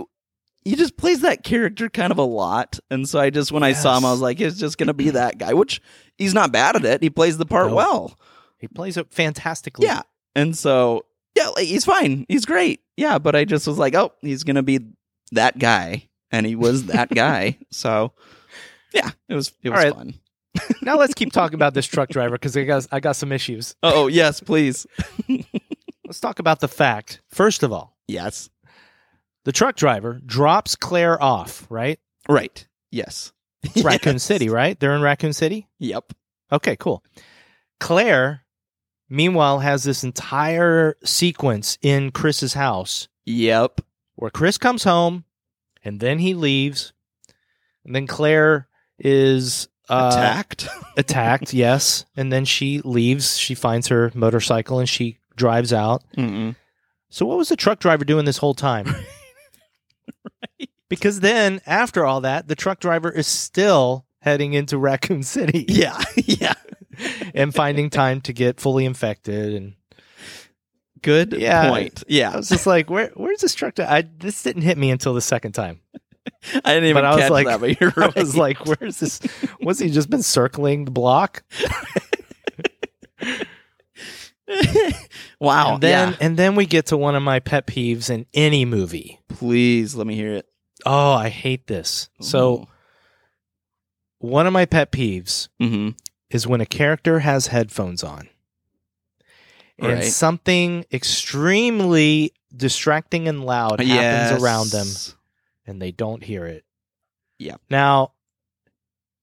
B: he just plays that character kind of a lot, and so I just when I saw him, I
C: Yes.
B: was like, he's just gonna be that guy, which he's not bad at it. He plays the part
C: No.
B: well.
C: He plays it fantastically.
B: Yeah, and so yeah, like he's fine. He's great. Yeah, but I just was like, oh, he's gonna be that guy, and he was that guy. So yeah, it was it
C: All
B: was
C: right.
B: fun.
C: Now let's keep talking about this truck driver because I got I got some issues.
B: Oh yes, please.
C: Let's talk about the fact. First of all,
B: Yes.
C: the truck driver drops Claire off, right?
B: Right. Yes.
C: Raccoon
B: Yes.
C: City, right? They're in Raccoon City.
B: Yep.
C: Okay, cool. Claire, meanwhile, has this entire sequence in Chris's house
B: Yep.
C: where Chris comes home and then he leaves. And then Claire is uh,
B: Attacked.
C: attacked, yes. And then she leaves. She finds her motorcycle and she drives out.
B: Mm-mm.
C: So, what was the truck driver doing this whole time? Because then, after all that, the truck driver is still heading into Raccoon City.
B: Yeah. yeah.
C: and finding time to get fully infected. And
B: Good
C: Yeah.
B: point.
C: I
B: Yeah.
C: was just like, where where's this truck? I this didn't hit me until the second time.
B: I didn't even
C: But I was
B: catch
C: like-
B: that, but you're right.
C: I was like, where's this? Was he just been circling the block?
B: wow.
C: and then
B: Oh, yeah.
C: and then we get to one of my pet peeves in any movie.
B: Please let me hear it.
C: Oh, I hate this. So one of my pet peeves
B: Mhm.
C: is when a character has headphones on. And
B: Right.
C: something extremely distracting and loud happens
B: Yes.
C: around them. and they don't hear it.
B: Yeah.
C: Now,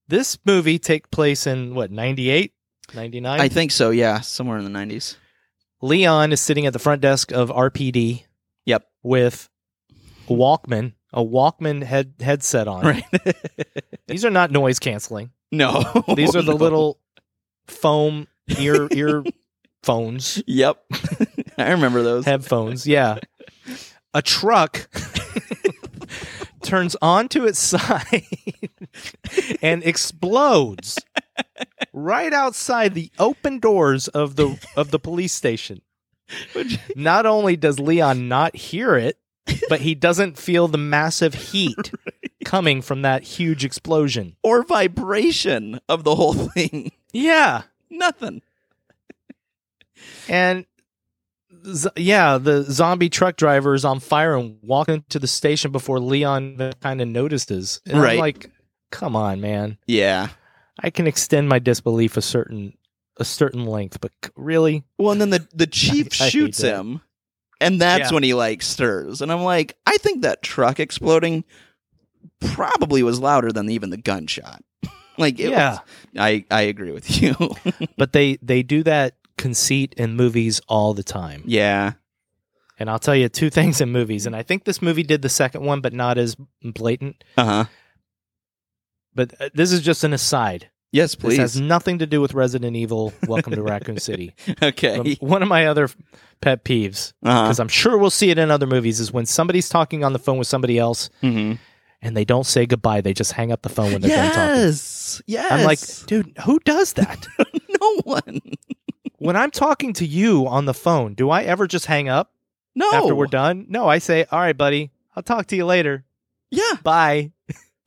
C: this movie take place in what, 98, 99?
B: I think so. Yeah. Somewhere in the 90s.
C: Leon is sitting at the front desk of RPD
B: Yep.
C: with a Walkman, a Walkman head headset on.
B: Right.
C: These are not noise canceling.
B: no.
C: These are the
B: Oh, No.
C: little foam ear ear phones,
B: Yep. I remember those.
C: headphones. Yeah. A truck turns onto its side and explodes right outside the open doors of the of the police station. Not only does Leon not hear it, but he doesn't feel the massive heat coming from that huge explosion.
B: or vibration of the whole thing.
C: Yeah.
B: Nothing.
C: And z- yeah, the zombie truck driver is on fire and walking to the station before Leon kind of notices. And I'm
B: Right.
C: like, come on, man.
B: Yeah.
C: I can extend my disbelief a certain a certain length, but c- really,
B: Well, and then the the chief
C: I hate
B: shoots
C: that.
B: him, and that's
C: Yeah.
B: when he like stirs. And I'm like, I think that truck exploding probably was louder than even the gunshot. like, it
C: yeah.
B: was- I I agree with you.
C: But they they do that conceit in movies all the time.
B: yeah,
C: And I'll tell you two things in movies, and I think this movie did the second one, but not as blatant.
B: uh huh.
C: But uh, this is just an aside.
B: Yes,
C: This has
B: please.
C: nothing to do with Resident Evil. Welcome to Raccoon City. Um,
B: okay.
C: One of my other pet peeves,
B: Uh
C: because I'm sure we'll see it in other movies, is when somebody's talking on the phone with somebody else and they don't say goodbye. They just hang up the phone when they're done talking.
B: Yes. Yes.
C: I'm like, dude, who does that?
B: no one.
C: when I'm talking to you on the phone, do I ever just hang up
B: No.
C: after we're done? No, I say, all right, buddy, I'll talk to you later.
B: Yeah,
C: Bye.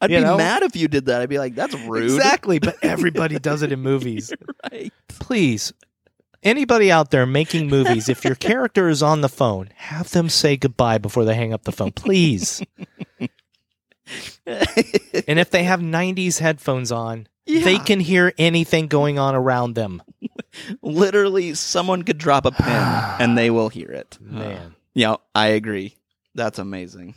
B: I'd
C: You
B: be
C: know?
B: mad if you did that. I'd be like, that's rude.
C: Exactly. But everybody does it in movies.
B: Right.
C: Please. Anybody out there making movies, if your character is on the phone, have them say goodbye before they hang up the phone, please. And if they have 90s headphones on,
B: Yeah.
C: they can hear anything going on around them.
B: Literally, someone could drop a pin and they will hear it.
C: Man.
B: Yeah, I agree. That's amazing.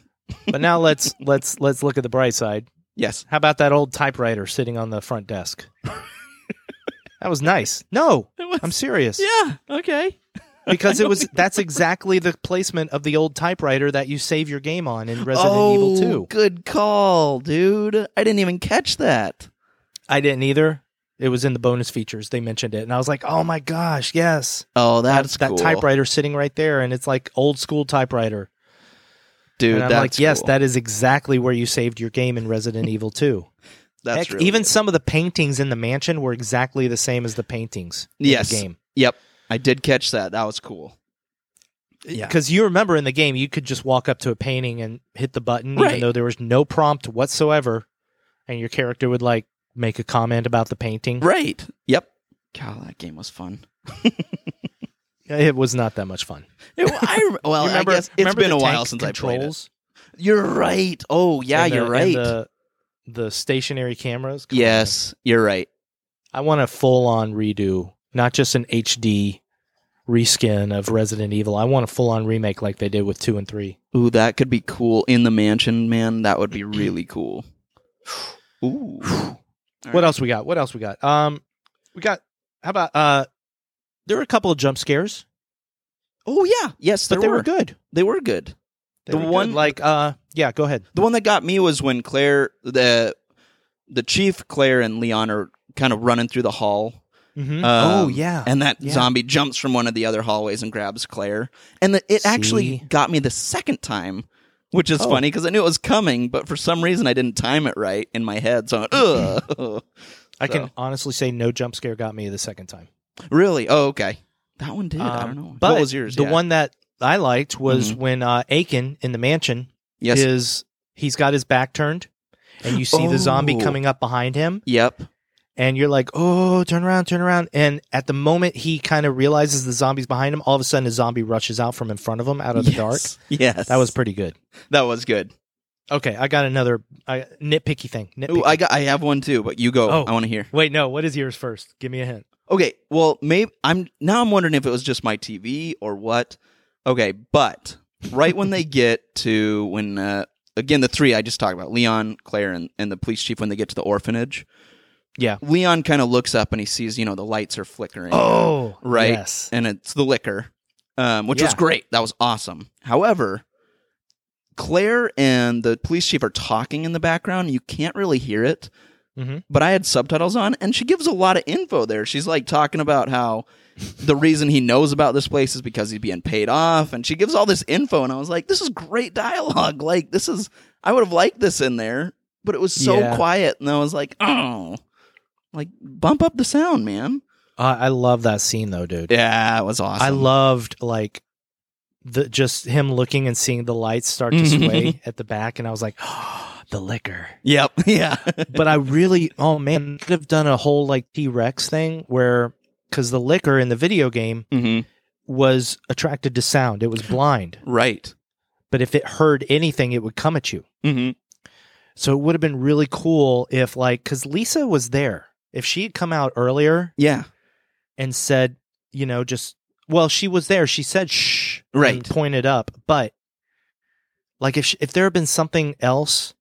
C: but now let's let's let's look at the bright side.
B: Yes.
C: How about that old typewriter sitting on the front desk? that was nice. No, I'm serious.
B: Yeah. Okay.
C: Because it was that's exactly the placement of the old typewriter that you save your game on in Resident
B: oh,
C: Evil 2.
B: good call, dude. I didn't even catch that.
C: I didn't either. It was in the bonus features. They mentioned it. And I was like, oh my gosh, yes.
B: Oh, that's
C: that
B: cool.
C: typewriter sitting right there. And it's like old school typewriter.
B: dude.
C: and I'm
B: that's
C: like, yes,
B: cool.
C: that is exactly where you saved your game in Resident Evil 2.
B: that's
C: Heck,
B: really
C: even
B: good.
C: some of the paintings in the mansion were exactly the same as the paintings in
B: Yes.
C: the game.
B: Yep, I did catch that. That was cool. Yeah.
C: Because you remember in the game, you could just walk up to a painting and hit the button, even
B: Right.
C: though there was no prompt whatsoever, and your character would like make a comment about the painting.
B: Right. Yep. God, that game was fun.
C: It was not that much fun.
B: It, I rem- well,
C: You remember,
B: I guess it's
C: remember
B: been
C: the
B: a while
C: tank
B: since I played it.
C: controls
B: You're right. Oh yeah,
C: and the-
B: you're
C: and
B: right.
C: The, the stationary cameras. Come on, man.
B: yes, you're right.
C: I want a full on redo, not just an HD reskin of Resident Evil. I want a full on remake like they did with 2 and 3.
B: Ooh, that could be cool in the mansion, man. That would be
C: Mm-hmm.
B: really cool. Ooh.
C: What else we got? What else we got? Um we got how about uh there were a couple of jump scares,
B: Oh yeah. Yes,
C: but
B: there
C: they
B: were.
C: were good.
B: They were good.
C: They
B: The
C: were good.
B: one-
C: like uh yeah, go ahead.
B: The one that got me was when Claire, the the chief, Claire and Leon are kind of running through the hall
C: Mm-hmm.
B: Um,
C: oh yeah.
B: and that
C: Yeah.
B: zombie jumps from one of the other hallways and grabs Claire. And the, it actually
C: See?
B: got me the second time, which is
C: Oh.
B: funny because I knew it was coming, but for some reason I didn't time it right in my head. So, I went, ugh.
C: I can
B: so-
C: honestly say no jump scare got me the second time.
B: really? Oh, okay. That one did. I
C: Um,
B: don't know.
C: But
B: what was yours?
C: The
B: Yeah. Mm-hmm.
C: one that I liked was when uh Aiken in the mansion
B: Yes.
C: is he's got his back turned and you see the zombie
B: Oh.
C: coming up behind him
B: yep.
C: and you're like, "Oh, turn around, turn around." And at the moment he kind of realizes the zombie's behind him, all of a sudden a zombie rushes out from in front of him out of the
B: yes.
C: dark.
B: Yes.
C: That was pretty good.
B: that was good.
C: Okay, I got another I, nitpicky thing. Nitpicky.
B: Ooh, I got. I have one too, but you go.
C: Oh.
B: I want to hear.
C: Wait, no. What is yours first? Give me a hint.
B: Okay, well, maybe I'm now I'm wondering if it was just my TV or what. Okay, but right when they get to when uh, again the three I just talked about, Leon, Claire and, and the police chief when they get to the orphanage.
C: Yeah.
B: Leon kind of looks up and he sees, you know, the lights are flickering.
C: Oh,
B: Right.
C: Yes.
B: And it's the liquor. Um, which was
C: Yeah.
B: great. That was awesome. However, Claire and the police chief are talking in the background. You can't really hear it
C: Mhm.
B: but I had subtitles on, and she gives a lot of info there. She's like talking about how the reason he knows about this place is because he's being paid off, and she gives all this info, and I was like, this is great dialogue. Like this is, I would have liked this in there, but it was so
C: Yeah.
B: quiet, and I was like, oh, like bump up the sound, man.
C: Uh, I love that scene though, dude.
B: Yeah, it was awesome.
C: I loved like the just him looking and seeing the lights start to sway at the back, and I was like, the liquor.
B: Yep. Yeah.
C: but I really, oh man, could have done a whole like T Rex thing where, because the liquor in the video game
B: hmm
C: was attracted to sound, it was blind.
B: Right.
C: But if it heard anything, it would come at you.
B: hmm
C: So it would have been really cool if, like, because Lisa was there. If she had come out earlier
B: Yeah.
C: and said, you know, just, well, she was there. She said, shh,
B: Right.
C: and pointed up. But like, if, she, if there had been something else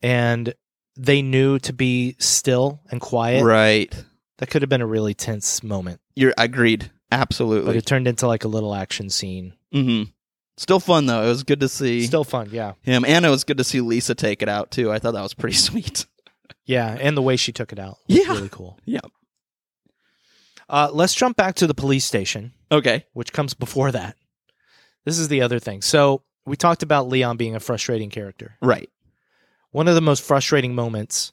C: and they knew to be still and quiet,
B: Right.
C: That could have been a really tense moment,
B: You're agreed.
C: but
B: Absolutely.
C: it turned into like a little action scene.
B: hmm Still fun though. It was good to see.
C: Still fun, yeah,
B: him. And it was good to see Lisa take it out too. I thought that was pretty sweet.
C: yeah, and the way she took it out, was
B: Yeah.
C: really cool.
B: Yeah.
C: Uh, let's jump back to the police station,
B: Okay.
C: which comes before that. This is the other thing. So we talked about Leon being a frustrating character.
B: Right.
C: One of the most frustrating moments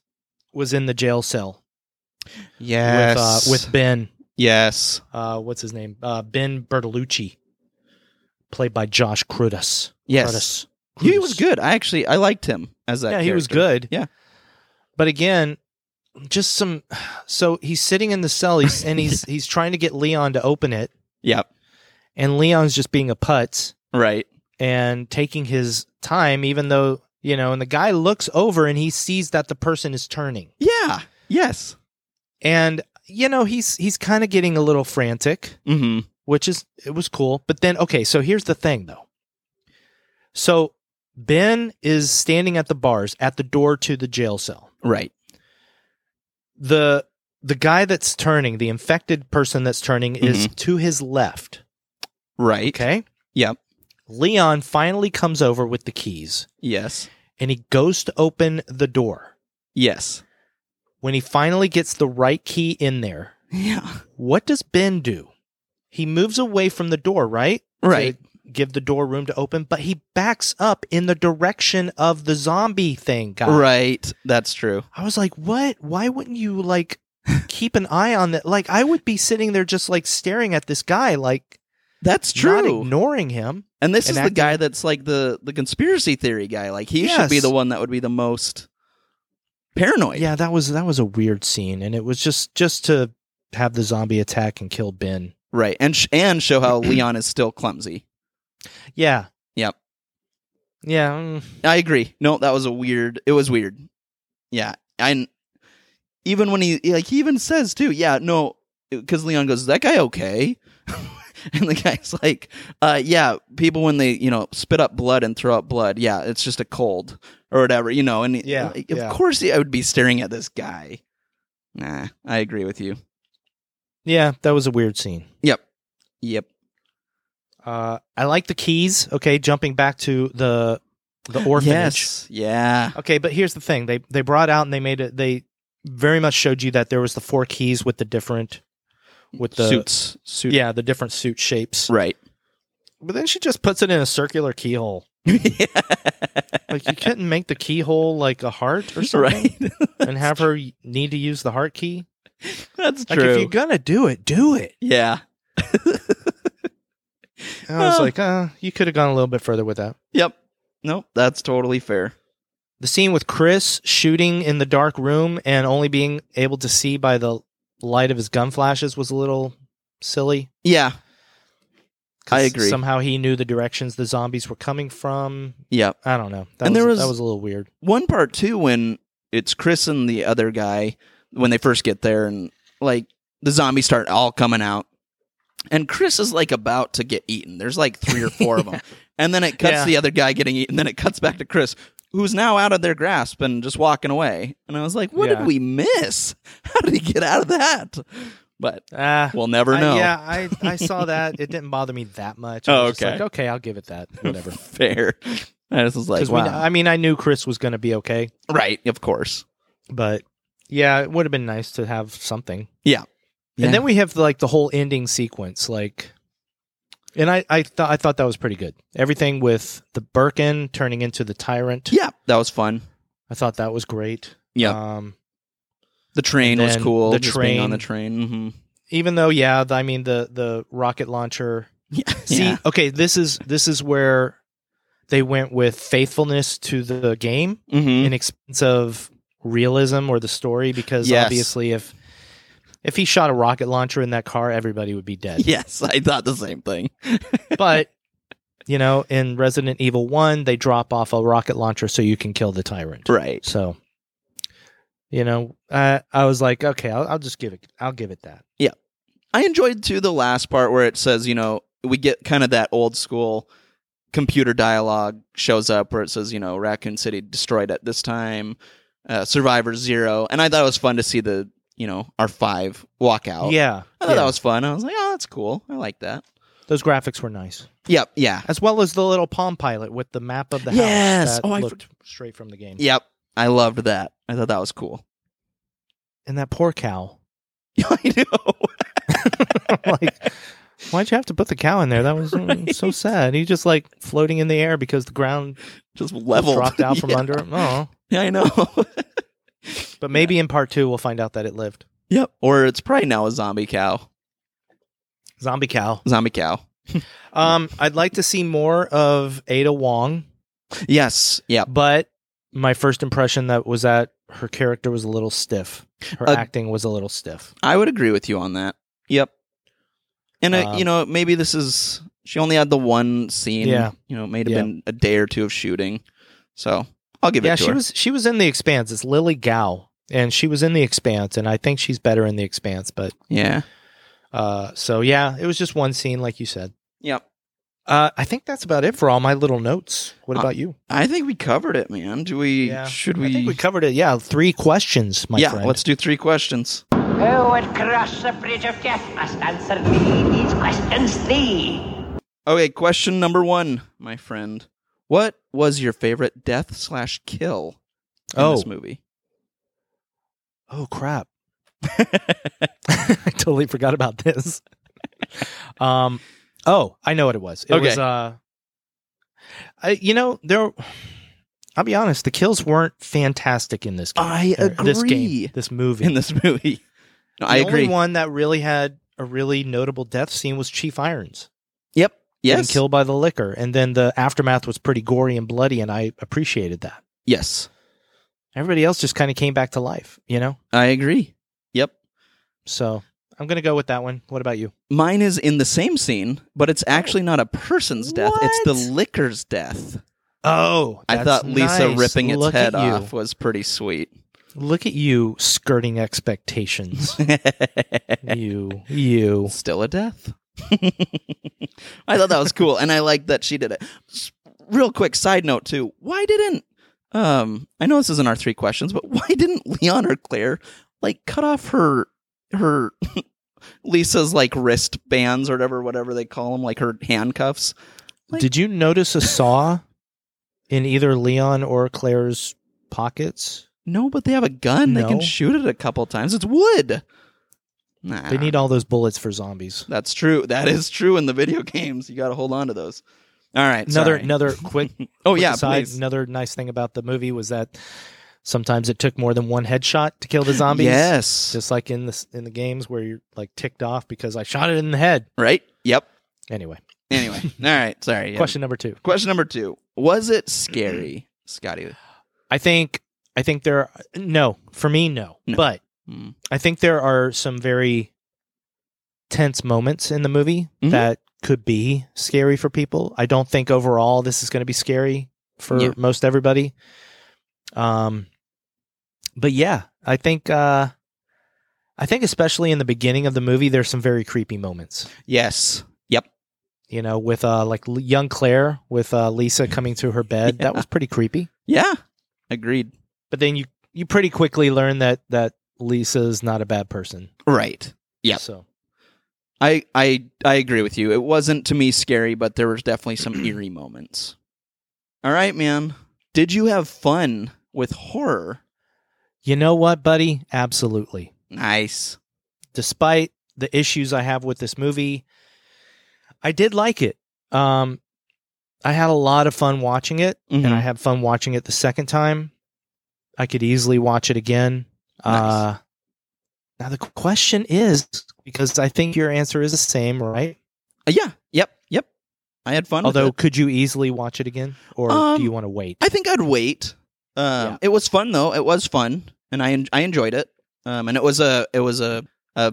C: was in the jail cell with uh, with Ben.
B: yes.
C: Uh, what's his name? Uh, ben Bertolucci, played by Josh Crudas.
B: Yes.
C: Crudas.
B: He was
C: Crudas.
B: good. I actually I liked him as that.
C: yeah, he was
B: character.
C: good.
B: Yeah.
C: But again, just some so he's sitting in the cell he's, and he's he's trying to get Leon to open it
B: Yep.
C: and Leon's just being a putz
B: Right.
C: and taking his time even though, you know, and the guy looks over and he sees that the person is turning.
B: Yeah. Yes.
C: And you know, he's he's kind of getting a little frantic,
B: Mm-hmm.
C: which is it was cool. But then okay, so here's the thing though. So Ben is standing at the bars at the door to the jail cell.
B: Right.
C: the the guy that's turning, the infected person that's turning, is to his left.
B: Right.
C: Okay.
B: Yep.
C: Leon finally comes over with the keys
B: Yes.
C: and he goes to open the door.
B: Yes.
C: When he finally gets the right key in there,
B: Yeah.
C: what does Ben do? He moves away from the door, right?
B: Right.
C: To give the door room to open, but he backs up in the direction of the zombie thing, guy.
B: Right. That's true.
C: I was like, what? Why wouldn't you like keep an eye on that? Like, I would be sitting there just like staring at this guy, like,
B: That's
C: not
B: true.
C: ignoring him.
B: and this
C: and
B: is the
C: acting-
B: guy that's like the the conspiracy theory guy. Like he should be
C: Yes.
B: the one that would be the most paranoid.
C: Yeah, that was that was a weird scene, and it was just just to have the zombie attack and kill Ben.
B: Right. And sh- and show how Leon is still clumsy.
C: Yeah.
B: Yep.
C: Yeah. mm,
B: I agree. No, that was a weird. It was weird. Yeah. And even when he like he even says too. Yeah. No. Because Leon goes, "Is that guy okay?" and the guy's like, "Uh, yeah. People when they you know spit up blood and throw up blood. Yeah, it's just a cold or whatever. You know. And
C: Yeah,
B: like,
C: yeah.
B: of course I would be staring at this guy. Nah, I agree with you.
C: Yeah. That was a weird scene.
B: Yep. Yep.
C: Uh, I like the keys. Okay, jumping back to the the orphanage.
B: Yes. Yeah.
C: Okay, but here's the thing. They they brought out and they made it they very much showed you that there was the four keys with the different with the
B: suits. Suit.
C: Yeah, the different suit shapes.
B: Right.
C: But then she just puts it in a circular keyhole. Like you couldn't make the keyhole like a heart or something
B: right.
C: and have her need to use the heart key.
B: That's
C: Like if you're gonna do it, do it.
B: yeah.
C: And I was
B: Oh.
C: like, uh, you could have gone a little bit further with that.
B: Yep. Nope. That's totally fair.
C: The scene with Chris shooting in the dark room and only being able to see by the light of his gun flashes was a little silly.
B: Yeah.
C: 'Cause
B: I agree.
C: Somehow he knew the directions the zombies were coming from.
B: Yep.
C: I don't know. That
B: And
C: was,
B: there was-
C: that was a little weird.
B: One part too when it's Chris and the other guy when they first get there and like the zombies start all coming out. And Chris is like about to get eaten. There's like three or four of them. And then it cuts
C: Yeah.
B: the other guy getting eaten. Then it cuts back to Chris, who's now out of their grasp and just walking away. And I was like, what
C: Yeah.
B: did we miss? How did he get out of that? But
C: Ah,
B: we'll never know.
C: I, yeah, I, I saw that. It didn't bother me that much. I
B: Oh,
C: was just
B: okay.
C: like, okay, I'll give it that. Whatever.
B: Fair. I just was like,
C: Because
B: wow.
C: I mean, I knew Chris was going to be okay,
B: Right, of course.
C: but yeah, it would have been nice to have something.
B: Yeah. Yeah.
C: And then we have like the whole ending sequence, like, and I I thought I thought that was pretty good. Everything with the Birkin turning into the tyrant,
B: Yeah, that was fun.
C: I thought that was great.
B: Yeah,
C: Um,
B: the train
C: and
B: was
C: then
B: cool.
C: the
B: just being on the train. hmm
C: even though, yeah, the- I mean the the rocket launcher.
B: Yeah.
C: See,
B: yeah.
C: okay, this is this is where they went with faithfulness to the game.
B: Mhm.
C: in expense of realism or the story because
B: Yes.
C: obviously if if he shot a rocket launcher in that car everybody would be dead
B: Yes, I thought the same thing.
C: but you know in resident evil 1 they drop off a rocket launcher so you can kill the tyrant
B: Right.
C: so you know i i was like okay i'll, I'll just give it i'll give it that
B: I enjoyed too the last part where it says, you know, we get kind of that old school computer dialogue shows up where it says, you know, Raccoon City destroyed at this time, uh, Survivor Zero, and I thought it was fun to see the, you know, our five walk out.
C: yeah,
B: I thought
C: yeah.
B: that was fun. I was like, oh, that's cool. I like that.
C: those graphics were nice
B: Yep. Yeah.
C: as well as the little palm pilot with the map of the house
B: Yes.
C: that
B: Oh, I for-
C: looked straight from the game
B: Yep. I loved that. I thought that was cool.
C: and that poor cow
B: I know.
C: like why'd you have to put the cow in there that was uh, so sad he's just like floating in the air because the ground
B: Just leveled.
C: dropped out from
B: yeah,
C: under him oh
B: Yeah, I know.
C: but maybe in part two we'll find out that it lived
B: yep. Or it's probably now a zombie cow.
C: zombie cow
B: Zombie cow.
C: um i'd like to see more of ada wong
B: Yes. Yep.
C: but my first impression that was that her character was a little stiff her
B: Uh,
C: acting was a little stiff
B: I would agree with you on that. Yep. And uh,
C: Um,
B: you know, maybe this is she only had the one scene.
C: Yeah.
B: You know, it may have
C: Yeah.
B: been a day or two of shooting. So I'll give
C: yeah
B: it to
C: she
B: her.
C: was she was in the expanse it's lily gao and she was in the expanse and i think she's better in the expanse but
B: yeah.
C: uh so yeah it was just one scene like you said
B: Yep.
C: Uh, I think that's about it for all my little notes. What
B: Uh,
C: about you?
B: I think we covered it, man. Do we? Should we?
C: I think we covered it. Yeah, three questions, my
B: yeah.
C: friend.
B: Let's do three questions.
F: Who would cross the bridge of death must answer me these questions three.
B: Okay, question number one, my friend. What was your favorite death slash kill in
C: Oh.
B: this movie?
C: oh crap! I totally forgot about this. um. Oh, I know what it was. It
B: Okay.
C: was. Uh, I, you know there. I'll be honest. The kills weren't fantastic in this game.
B: I
C: or This game.
B: agree.
C: This movie.
B: In this movie, no, I
C: The only
B: agree.
C: one that really had a really notable death scene was Chief Irons.
B: Yes.
C: getting killed by the liquor, and then the aftermath was pretty gory and bloody, and I appreciated that.
B: Yes.
C: Everybody else just kind of came back to life, you know.
B: I agree. Yep.
C: So I'm gonna go with that one. What about you?
B: Mine is in the same scene, but it's actually not a person's death. It's the
C: Oh. What?
B: liquor's death.
C: Oh,
B: I thought Lisa ripping its
C: Look
B: head
C: at you.
B: off was pretty sweet.
C: Look at you skirting expectations. you, you.
B: Still a death. I thought that was cool, and I liked that she did it. S- Real quick side note too: Why didn't um? I know this isn't our three questions, but why didn't Leon or Claire like cut off her her Lisa's like wrist bands or whatever whatever they call them, like her handcuffs? Like-
C: Did you notice a saw in either Leon or Claire's pockets?
B: No, but they have a gun. They can
C: No.
B: shoot it a couple times. It's wood. Nah,
C: They need all those bullets for zombies.
B: That's true. That is true in the video games. You got to hold on to those. All right.
C: Another
B: sorry.
C: another quick
B: Oh
C: quick
B: yeah,
C: aside,
B: please.
C: another nice thing about the movie was that sometimes it took more than one headshot to kill the zombies.
B: Yes.
C: Just like in the in the games where you're like ticked off because I shot it in the head.
B: right. Yep.
C: Anyway,
B: Anyway. All right. Sorry. yeah.
C: question number 2.
B: Question number two. Was it scary, Scotty?
C: I think I think there no, for me no.
B: No.
C: But
B: Mm.
C: I think there are some very tense moments in the movie
B: Mhm.
C: that could be scary for people. I don't think overall this is going to be scary for
B: Yeah.
C: most everybody. Um, but yeah, I think uh, I think especially in the beginning of the movie, there's some very creepy moments.
B: Yes. Yep.
C: You know, with uh, like L- young Claire with uh, Lisa coming to her bed,
B: Yeah.
C: that was pretty creepy.
B: Yeah. Agreed.
C: But then you you pretty quickly learn that that Lisa's not a bad person.
B: Right. Yep.
C: So
B: I I I agree with you. It wasn't to me scary, but there was definitely some eerie moments. All right, man. Did you have fun with horror?
C: you know what, buddy? Absolutely.
B: Nice.
C: despite the issues I have with this movie, I did like it. Um, I had a lot of fun watching it,
B: Mhm.
C: and I had fun watching it the second time. I could easily watch it again.
B: Nice.
C: Uh, now the question is because I think your answer is the same, right?
B: Uh, yeah. Yep. Yep. I had fun. with
C: Although,
B: it.
C: could you easily watch it again, or
B: Um,
C: do you want to wait?
B: I think I'd wait. Um,
C: Yeah.
B: It was fun though. It was fun, and I en- I enjoyed it. Um, and it was a it was a a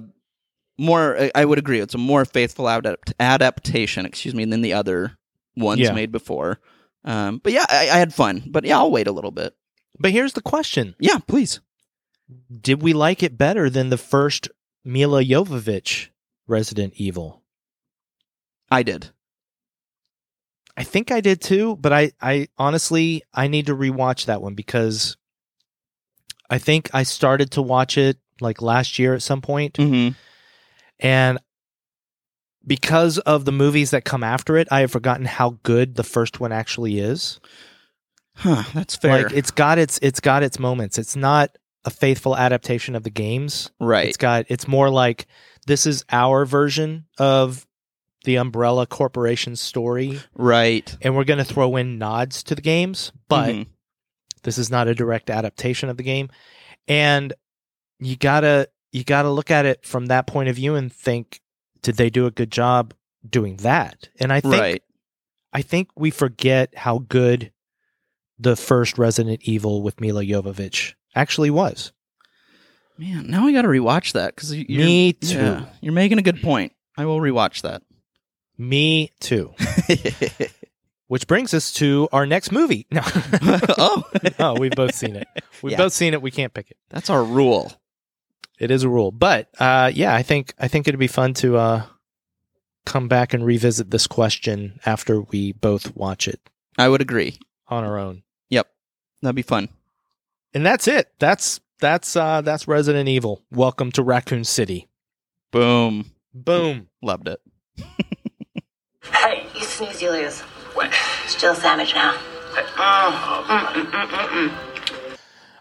B: more I- I would agree. It's a more faithful adapt- adaptation, excuse me, than the other ones
C: Yeah.
B: made before. Um, but yeah, I, I had fun. But yeah, I'll wait a little bit.
C: But here's the question:
B: Yeah, please.
C: Did we like it better than the first Mila Jovovich Resident Evil?
B: I did.
C: I think I did too, but I, I honestly I need to rewatch that one because I think I started to watch it like last year at some point,
B: Mm-hmm.
C: and because of the movies that come after it, I have forgotten how good the first one actually is.
B: Huh, that's fair.
C: Like it's got its it's got its moments. It's not a faithful adaptation of the games.
B: right.
C: It's got it's more like this is our version of the Umbrella Corporation story,
B: right.
C: and we're going to throw in nods to the games, but
B: Mhm.
C: this is not a direct adaptation of the game and you gotta you gotta look at it from that point of view and think did they do a good job doing that and i think
B: right.
C: i think we forget how good the first resident evil with mila jovovich actually was
B: Man, now I got to rewatch that because you, you're-
C: Me too.
B: yeah, you're making a good point. I will rewatch that.
C: me too which brings us to our next movie no
B: oh,
C: no we've both seen it we've
B: Yeah.
C: both seen it we can't pick it
B: that's our rule.
C: It is a rule, but uh, yeah, I think I think it'd be fun to uh, come back and revisit this question after we both watch it
B: I would agree.
C: on our own.
B: Yep, that'd be fun.
C: And that's it. That's that's uh, that's Resident Evil. Welcome to Raccoon City.
B: Boom,
C: Boom.
B: loved it.
G: Hey,
H: You snooze, you lose.
G: what?
H: It's Jill Savage now.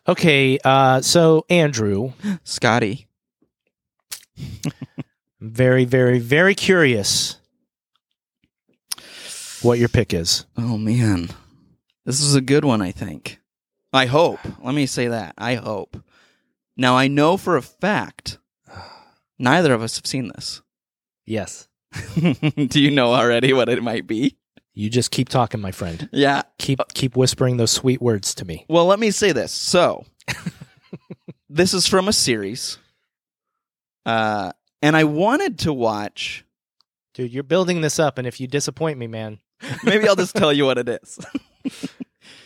C: Okay, uh, so Andrew,
B: Scotty,
C: I'm very very very curious what your pick is.
B: oh man, this is a good one. I think. I hope. Let me say that. I hope. Now I know for a fact neither of us have seen this.
C: Yes.
B: Do you know already what it might be?
C: You just keep talking, my friend.
B: Yeah.
C: Keep keep whispering those sweet words to me.
B: Well, let me say this. So, this is from a series. Uh, and I wanted to watch.
C: Dude, you're building this up, and if you disappoint me, man.
B: Maybe I'll just tell you what it is.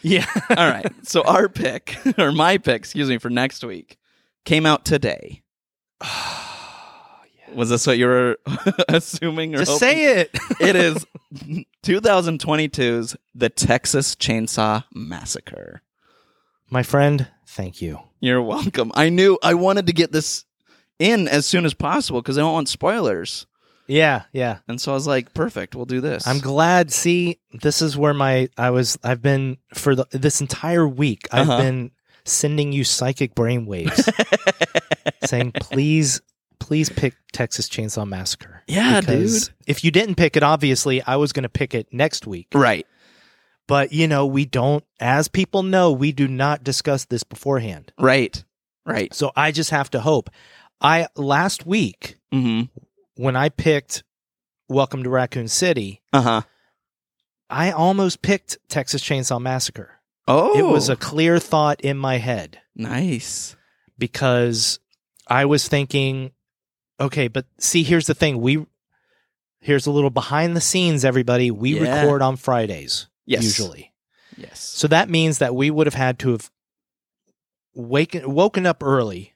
C: Yeah.
B: All right. So, our pick, or my pick, excuse me, for next week came out today. Was this what you were assuming? Or
C: Just say it.
B: it is 2022's The Texas Chainsaw Massacre.
C: my friend, thank you.
B: You're welcome. I knew I wanted to get this in as soon as possible because I don't want spoilers.
C: Yeah, yeah.
B: And so I was like, perfect, we'll do this.
C: I'm glad. See, this is where my I was. I've been for the, this entire week. I've
B: Uh-huh.
C: been sending you psychic brainwaves, saying, "Please, please pick Texas Chainsaw Massacre."
B: Yeah,
C: Because If you didn't pick it, obviously I was going to pick it next week.
B: right.
C: But you know, we don't. As people know, we do not discuss this beforehand.
B: Right. Right.
C: So I just have to hope. I last week
B: Mm-hmm.
C: when I picked Welcome to Raccoon City,
B: Uh huh.
C: I almost picked Texas Chainsaw Massacre.
B: Oh,
C: It was a clear thought in my head
B: nice.
C: because I was thinking, okay, but see, here's the thing. We here's a little behind the scenes, everybody. We
B: Yeah.
C: record on Fridays
B: Yes.
C: usually,
B: Yes.
C: so that means that we would have had to have waken woken up early,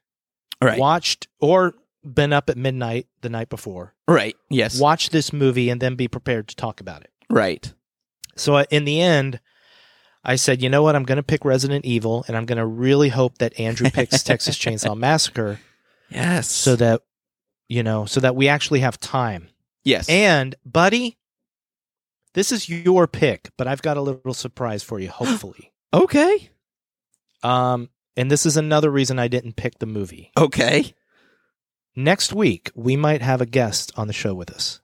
B: All right.
C: watched or been up at midnight the night before,
B: right. Yes.
C: watch this movie, and then be prepared to talk about it.
B: right.
C: So uh, in the end, I said, you know what? I'm going to pick Resident Evil, and I'm going to really hope that Andrew picks Texas Chainsaw Massacre,
B: Yes.
C: so that you know, so that we actually have time.
B: yes.
C: And buddy, this is your pick, but I've got a little surprise for you. Hopefully,
B: okay.
C: um, and this is another reason I didn't pick the movie.
B: Okay.
C: Next week, we might have a guest on the show with us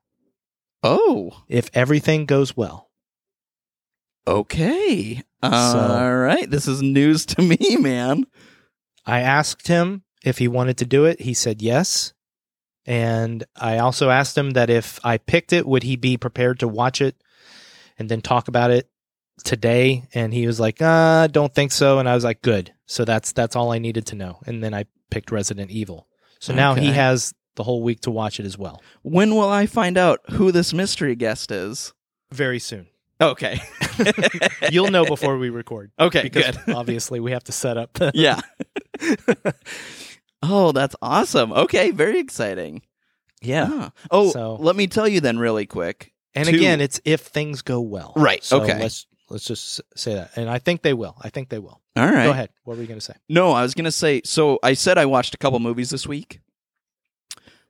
B: Oh.
C: if everything goes well.
B: Okay. All right. This is news to me, man.
C: I asked him if he wanted to do it. He said yes. And I also asked him that if I picked it, would he be prepared to watch it and then talk about it today? And he was like, uh, don't think so. And I was like, good. So that's that's all I needed to know. And then I picked Resident Evil. So now he
B: Okay.
C: has the whole week to watch it as well.
B: When will I find out who this mystery guest is?
C: Very soon.
B: Okay.
C: You'll know before we record.
B: Okay,
C: Because
B: good.
C: obviously we have to set up the
B: yeah. oh, that's awesome. Okay, very exciting.
C: Yeah.
B: Huh. Oh,
C: So-
B: let me tell you then really quick.
C: And
B: Two-
C: again, it's if things go well.
B: Right,
C: So
B: okay.
C: Let's let's just s- say that. And I think they will. I think they will.
B: All right.
C: Go ahead. What were you going to say?
B: No, I was going to say so I said I watched a couple movies this week.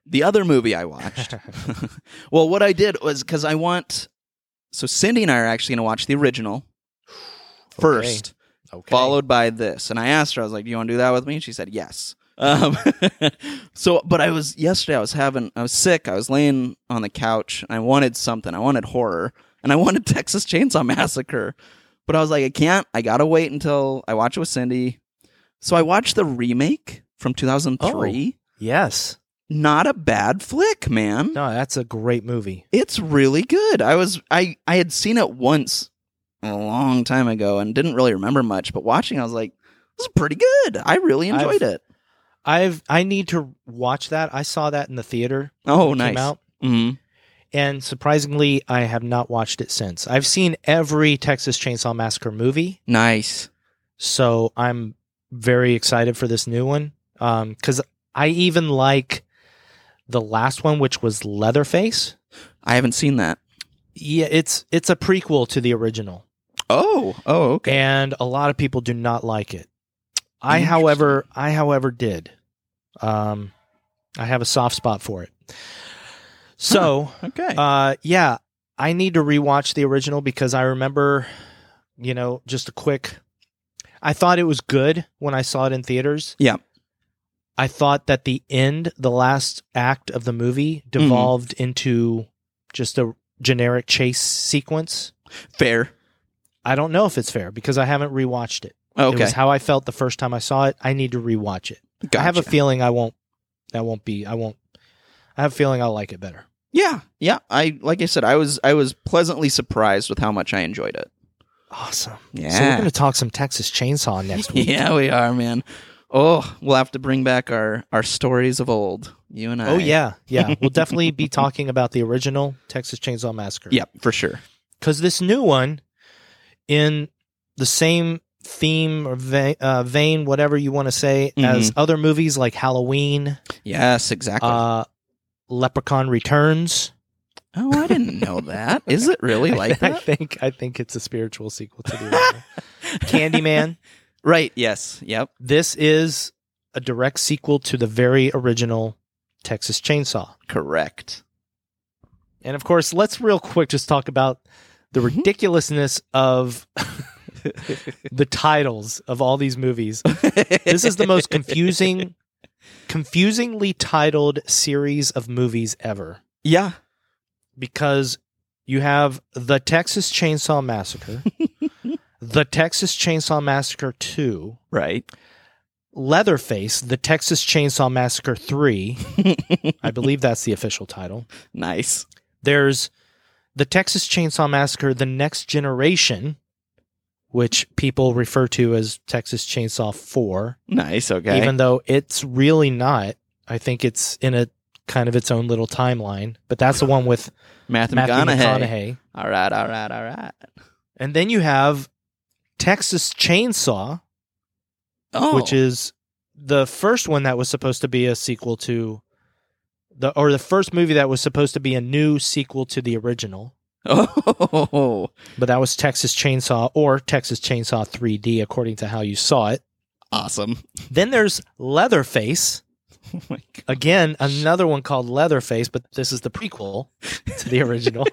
B: The other movie I watched. well, what I did was cuz I want so Cindy and I are actually going to watch the original first.
C: Okay.
B: followed by this. And I asked her, I was like, "Do you want to do that with me?" And she said, "Yes." Um, so, but I was yesterday. I was having. I was sick. I was laying on the couch. And I wanted something. I wanted horror, and I wanted Texas Chainsaw Massacre. But I was like, I can't. I gotta wait until I watch it with Cindy. So I watched the remake from 2003.
C: Yes.
B: Not a bad flick, man.
C: No, that's a great movie.
B: It's really good. I was I I had seen it once a long time ago and didn't really remember much, but watching I was like, this is pretty good. I really enjoyed
C: I've-
B: it.
C: I've I need to watch that. I saw that in the theater.
B: Oh,
C: when it
B: nice.
C: Came out,
B: Mhm.
C: and surprisingly, I have not watched it since. I've seen every Texas Chainsaw Massacre movie,
B: Nice.
C: so I'm very excited for this new one. Um, cuz I even like the last one which was Leatherface.
B: I haven't seen that.
C: Yeah, it's it's a prequel to the original,
B: Oh, oh, okay.
C: and a lot of people do not like it. I, however, I however did. Um, I have a soft spot for it. So,
B: Okay.
C: uh, yeah, I need to rewatch the original because I remember, you know, just a quick. I thought it was good when I saw it in theaters.
B: Yeah.
C: I thought that the end, the last act of the movie,
B: Mm-hmm.
C: devolved into just a generic chase sequence.
B: Fair.
C: I don't know if it's fair because I haven't rewatched it. It
B: Okay.
C: was how I felt the first time I saw it. I need to rewatch it. I have a
B: Gotcha.
C: feeling I won't. That won't be. I won't. I have a feeling I'll like it better.
B: Yeah, yeah. I like I said, I was I was pleasantly surprised with how much I enjoyed it.
C: Awesome. So we're
B: Yeah.
C: going to talk some Texas Chainsaw next week.
B: Yeah, we are, man. Oh, we'll have to bring back our our stories of old. You and I.
C: Oh yeah, yeah. We'll definitely be talking about the original Texas Chainsaw Massacre.
B: Yeah, for sure.
C: because this new one, in the same theme or vein, uh, vein whatever you want to say, as
B: Mm-hmm.
C: other movies like Halloween,
B: Yes, exactly.
C: uh, Leprechaun Returns.
B: oh, I didn't know that. Is it really like
C: I
B: that?
C: think I think it's a spiritual sequel to the original. Candyman.
B: Right. Yes. Yep.
C: This is a direct sequel to the very original Texas Chainsaw.
B: Correct.
C: And of course, let's real quick just talk about the ridiculousness of the titles of all these movies. This is the most confusing, confusingly titled series of movies ever
B: Yeah.
C: because you have The Texas Chainsaw Massacre, The Texas Chainsaw Massacre 2,
B: Right.
C: Leatherface, The Texas Chainsaw Massacre 3. I believe that's the official title.
B: Nice.
C: There's the Texas Chainsaw Massacre, The Next Generation, which people refer to as Texas Chainsaw 4,
B: Nice. Okay.
C: even though it's really not. I think it's in a kind of its own little timeline, but that's the one with
B: Matthew,
C: Matthew
B: McConaughey.
C: McConaughey.
B: All right. All right. All right.
C: And then you have Texas Chainsaw,
B: Oh,
C: which is the first one that was supposed to be a sequel to the or the first movie that was supposed to be a new sequel to the original.
B: oh,
C: But that was Texas Chainsaw or Texas Chainsaw 3D, according to how you saw it.
B: awesome.
C: Then there's Leatherface.
B: Oh my God.
C: Again, another one called Leatherface, but this is the prequel to the original.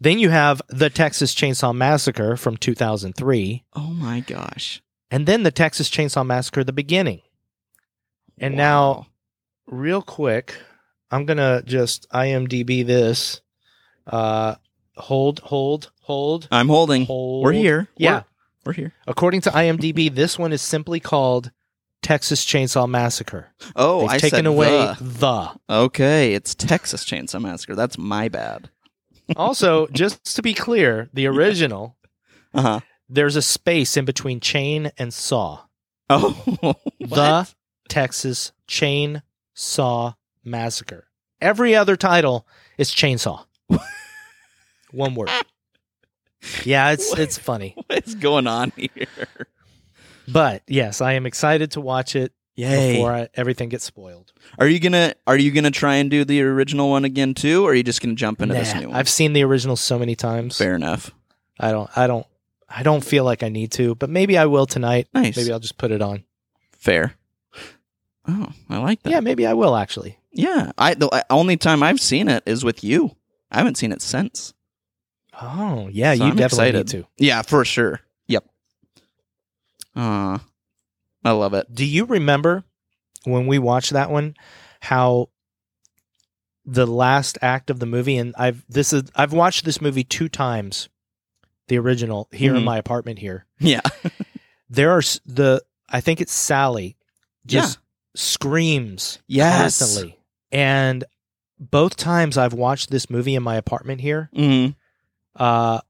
C: then you have The Texas Chainsaw Massacre from 2003,
B: Oh my gosh.
C: and then The Texas Chainsaw Massacre, The Beginning. And now,
B: Wow.
C: real quick, I'm going to just IMDb this. Uh, hold, hold, hold.
B: I'm holding.
C: Hold.
B: We're here.
C: Yeah.
B: We're- we're here.
C: According to IMDb, this one is simply called Texas Chainsaw Massacre.
B: Oh,
C: They've
B: I
C: taken
B: said
C: away
B: the.
C: the.
B: Okay, it's Texas Chainsaw Massacre. That's my bad.
C: also, just to be clear, the original,
B: Uh huh.
C: there's a space in between chain and saw.
B: Oh,
C: The Texas Chain Saw Massacre. Every other title is chainsaw. one word. Yeah, it's it's funny.
B: what is going on here?
C: But yes, I am excited to watch it before I, everything gets spoiled.
B: Are you gonna Are you gonna try and do the original one again too, or are you just gonna jump into this
C: Nah,
B: new one?
C: I've seen the original so many times.
B: Fair enough.
C: I don't I don't I don't feel like I need to, but maybe I will tonight.
B: Nice.
C: Maybe I'll just put it on.
B: Fair. Oh, I like that.
C: Yeah, maybe I will actually.
B: Yeah, I the I- only time I've seen it is with you. I haven't seen it since.
C: Oh, yeah,
B: So
C: you
B: I'm
C: definitely
B: excited.
C: need to.
B: Yeah, for sure. Yep. Uh I love it.
C: Do you remember when we watched that one how the last act of the movie and I've this is I've watched this movie two times. The original here in
B: Mhm.
C: my apartment here.
B: Yeah.
C: There are s- the I think it's Sally just screams
B: Yes.
C: constantly. And both times I've watched this movie in my apartment here,
B: Mm.
C: uh,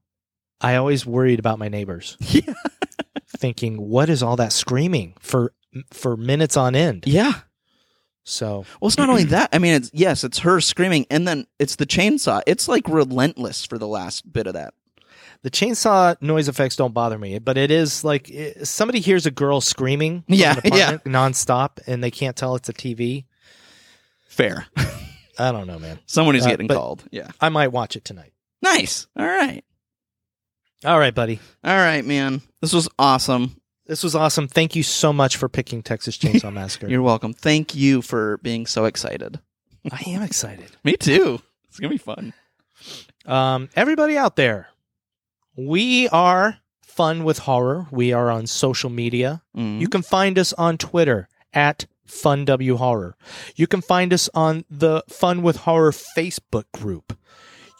C: I always worried about my neighbors,
B: Yeah.
C: thinking, "What is all that screaming for for minutes on end?"
B: Yeah.
C: So
B: Well, it's not only that. I mean, it's yes, it's her screaming, and then it's the chainsaw. It's like relentless for the last bit of that.
C: the chainsaw noise effects don't bother me, but it is like eh, somebody hears a girl screaming, from
B: Yeah,
C: an apartment nonstop, and they can't tell it's a TV.
B: Fair.
C: I don't know, man.
B: Someone who's
C: Uh,
B: getting
C: but-
B: called. Yeah.
C: I might watch it tonight.
B: Nice. All right.
C: All right, buddy.
B: All right, man. This was awesome.
C: This was awesome. Thank you so much for picking Texas Chainsaw Massacre.
B: You're welcome. Thank you for being so excited.
C: I am excited.
B: Me too. It's gonna be fun.
C: Um, everybody out there, we are fun with horror. We are on social media.
B: Mm.
C: You can find us on Twitter at FunWHorror. You can find us on the Fun with Horror Facebook group.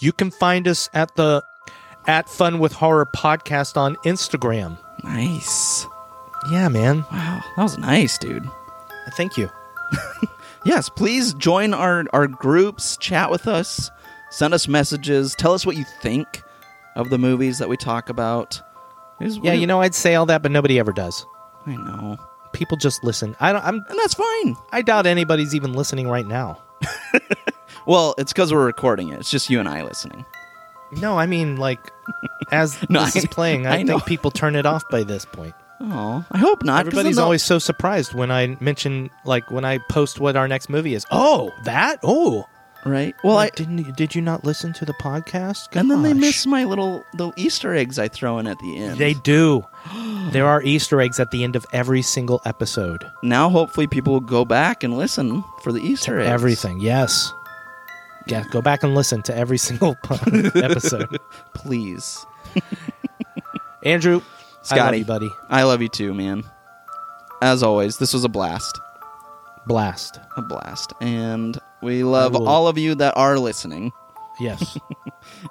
C: You can find us at the at Fun with Horror podcast on Instagram.
B: Nice.
C: Yeah, man.
B: Wow, that was nice, dude.
C: Thank you.
B: Yes, please join our, our groups, chat with us, send us messages, tell us what you think of the movies that we talk about. It's-
C: Yeah, you know, I'd say all that, but nobody ever does.
B: I know.
C: People just listen. I don't, I'm,
B: And that's fine.
C: I doubt anybody's even listening right now.
B: Well, it's because we're recording it. It's just you and I listening.
C: No, I mean like, as
B: No,
C: this
B: I-
C: is playing, I,
B: I
C: think
B: know.
C: people turn it off by this point.
B: Oh, I hope not. 'cause then
C: Everybody's
B: they'll-
C: always so surprised when I mention, like, when I post what our next movie is. Oh, that? Oh,
B: right. Well, I
C: didn't. you- Did you not listen to the podcast?
B: and then they
C: Gosh.
B: miss my little little Easter eggs I throw in at the end.
C: They do. there are Easter eggs at the end of every single episode.
B: now hopefully people will go back and listen for the Easter eggs.
C: Everything. Yes. Yeah. Go back and listen to every single episode.
B: please.
C: Andrew, I love
B: Scotty.
C: you, buddy.
B: I love you too, man. As always, this was a blast.
C: Blast.
B: A blast. And we love
C: will-
B: all of you that are listening
C: Yes.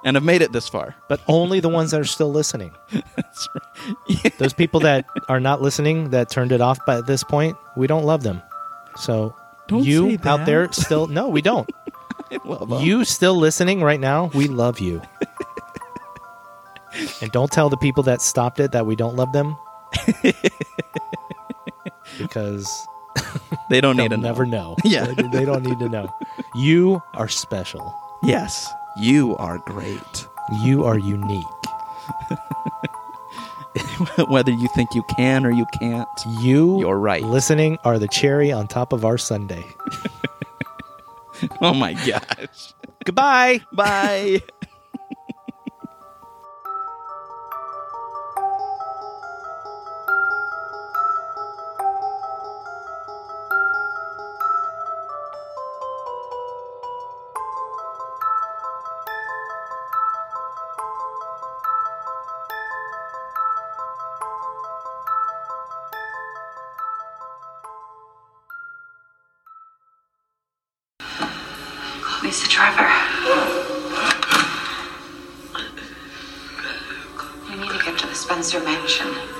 B: and have made it this far.
C: but only the ones that are still listening.
B: That's right. Yeah.
C: Those people that are not listening, that turned it off by this point, we don't love them. So
B: Don't
C: you
B: say
C: out there
B: that.
C: still no, we don't.
B: I love 'em.
C: You still listening right now? We love you. and don't tell the people that stopped it that we don't love them. because
B: They don't
C: they'll
B: need to
C: never know.
B: Yeah.
C: They, they don't need to know. You are special.
B: know. Yes. You are great.
C: You are unique.
B: Whether you think you can or you can't.
C: You
B: You're right.
C: Listening are the cherry on top of our Sunday.
B: Oh my gosh.
C: Goodbye.
B: Bye.
H: Mr. Trevor. You need to get to the Spencer Mansion.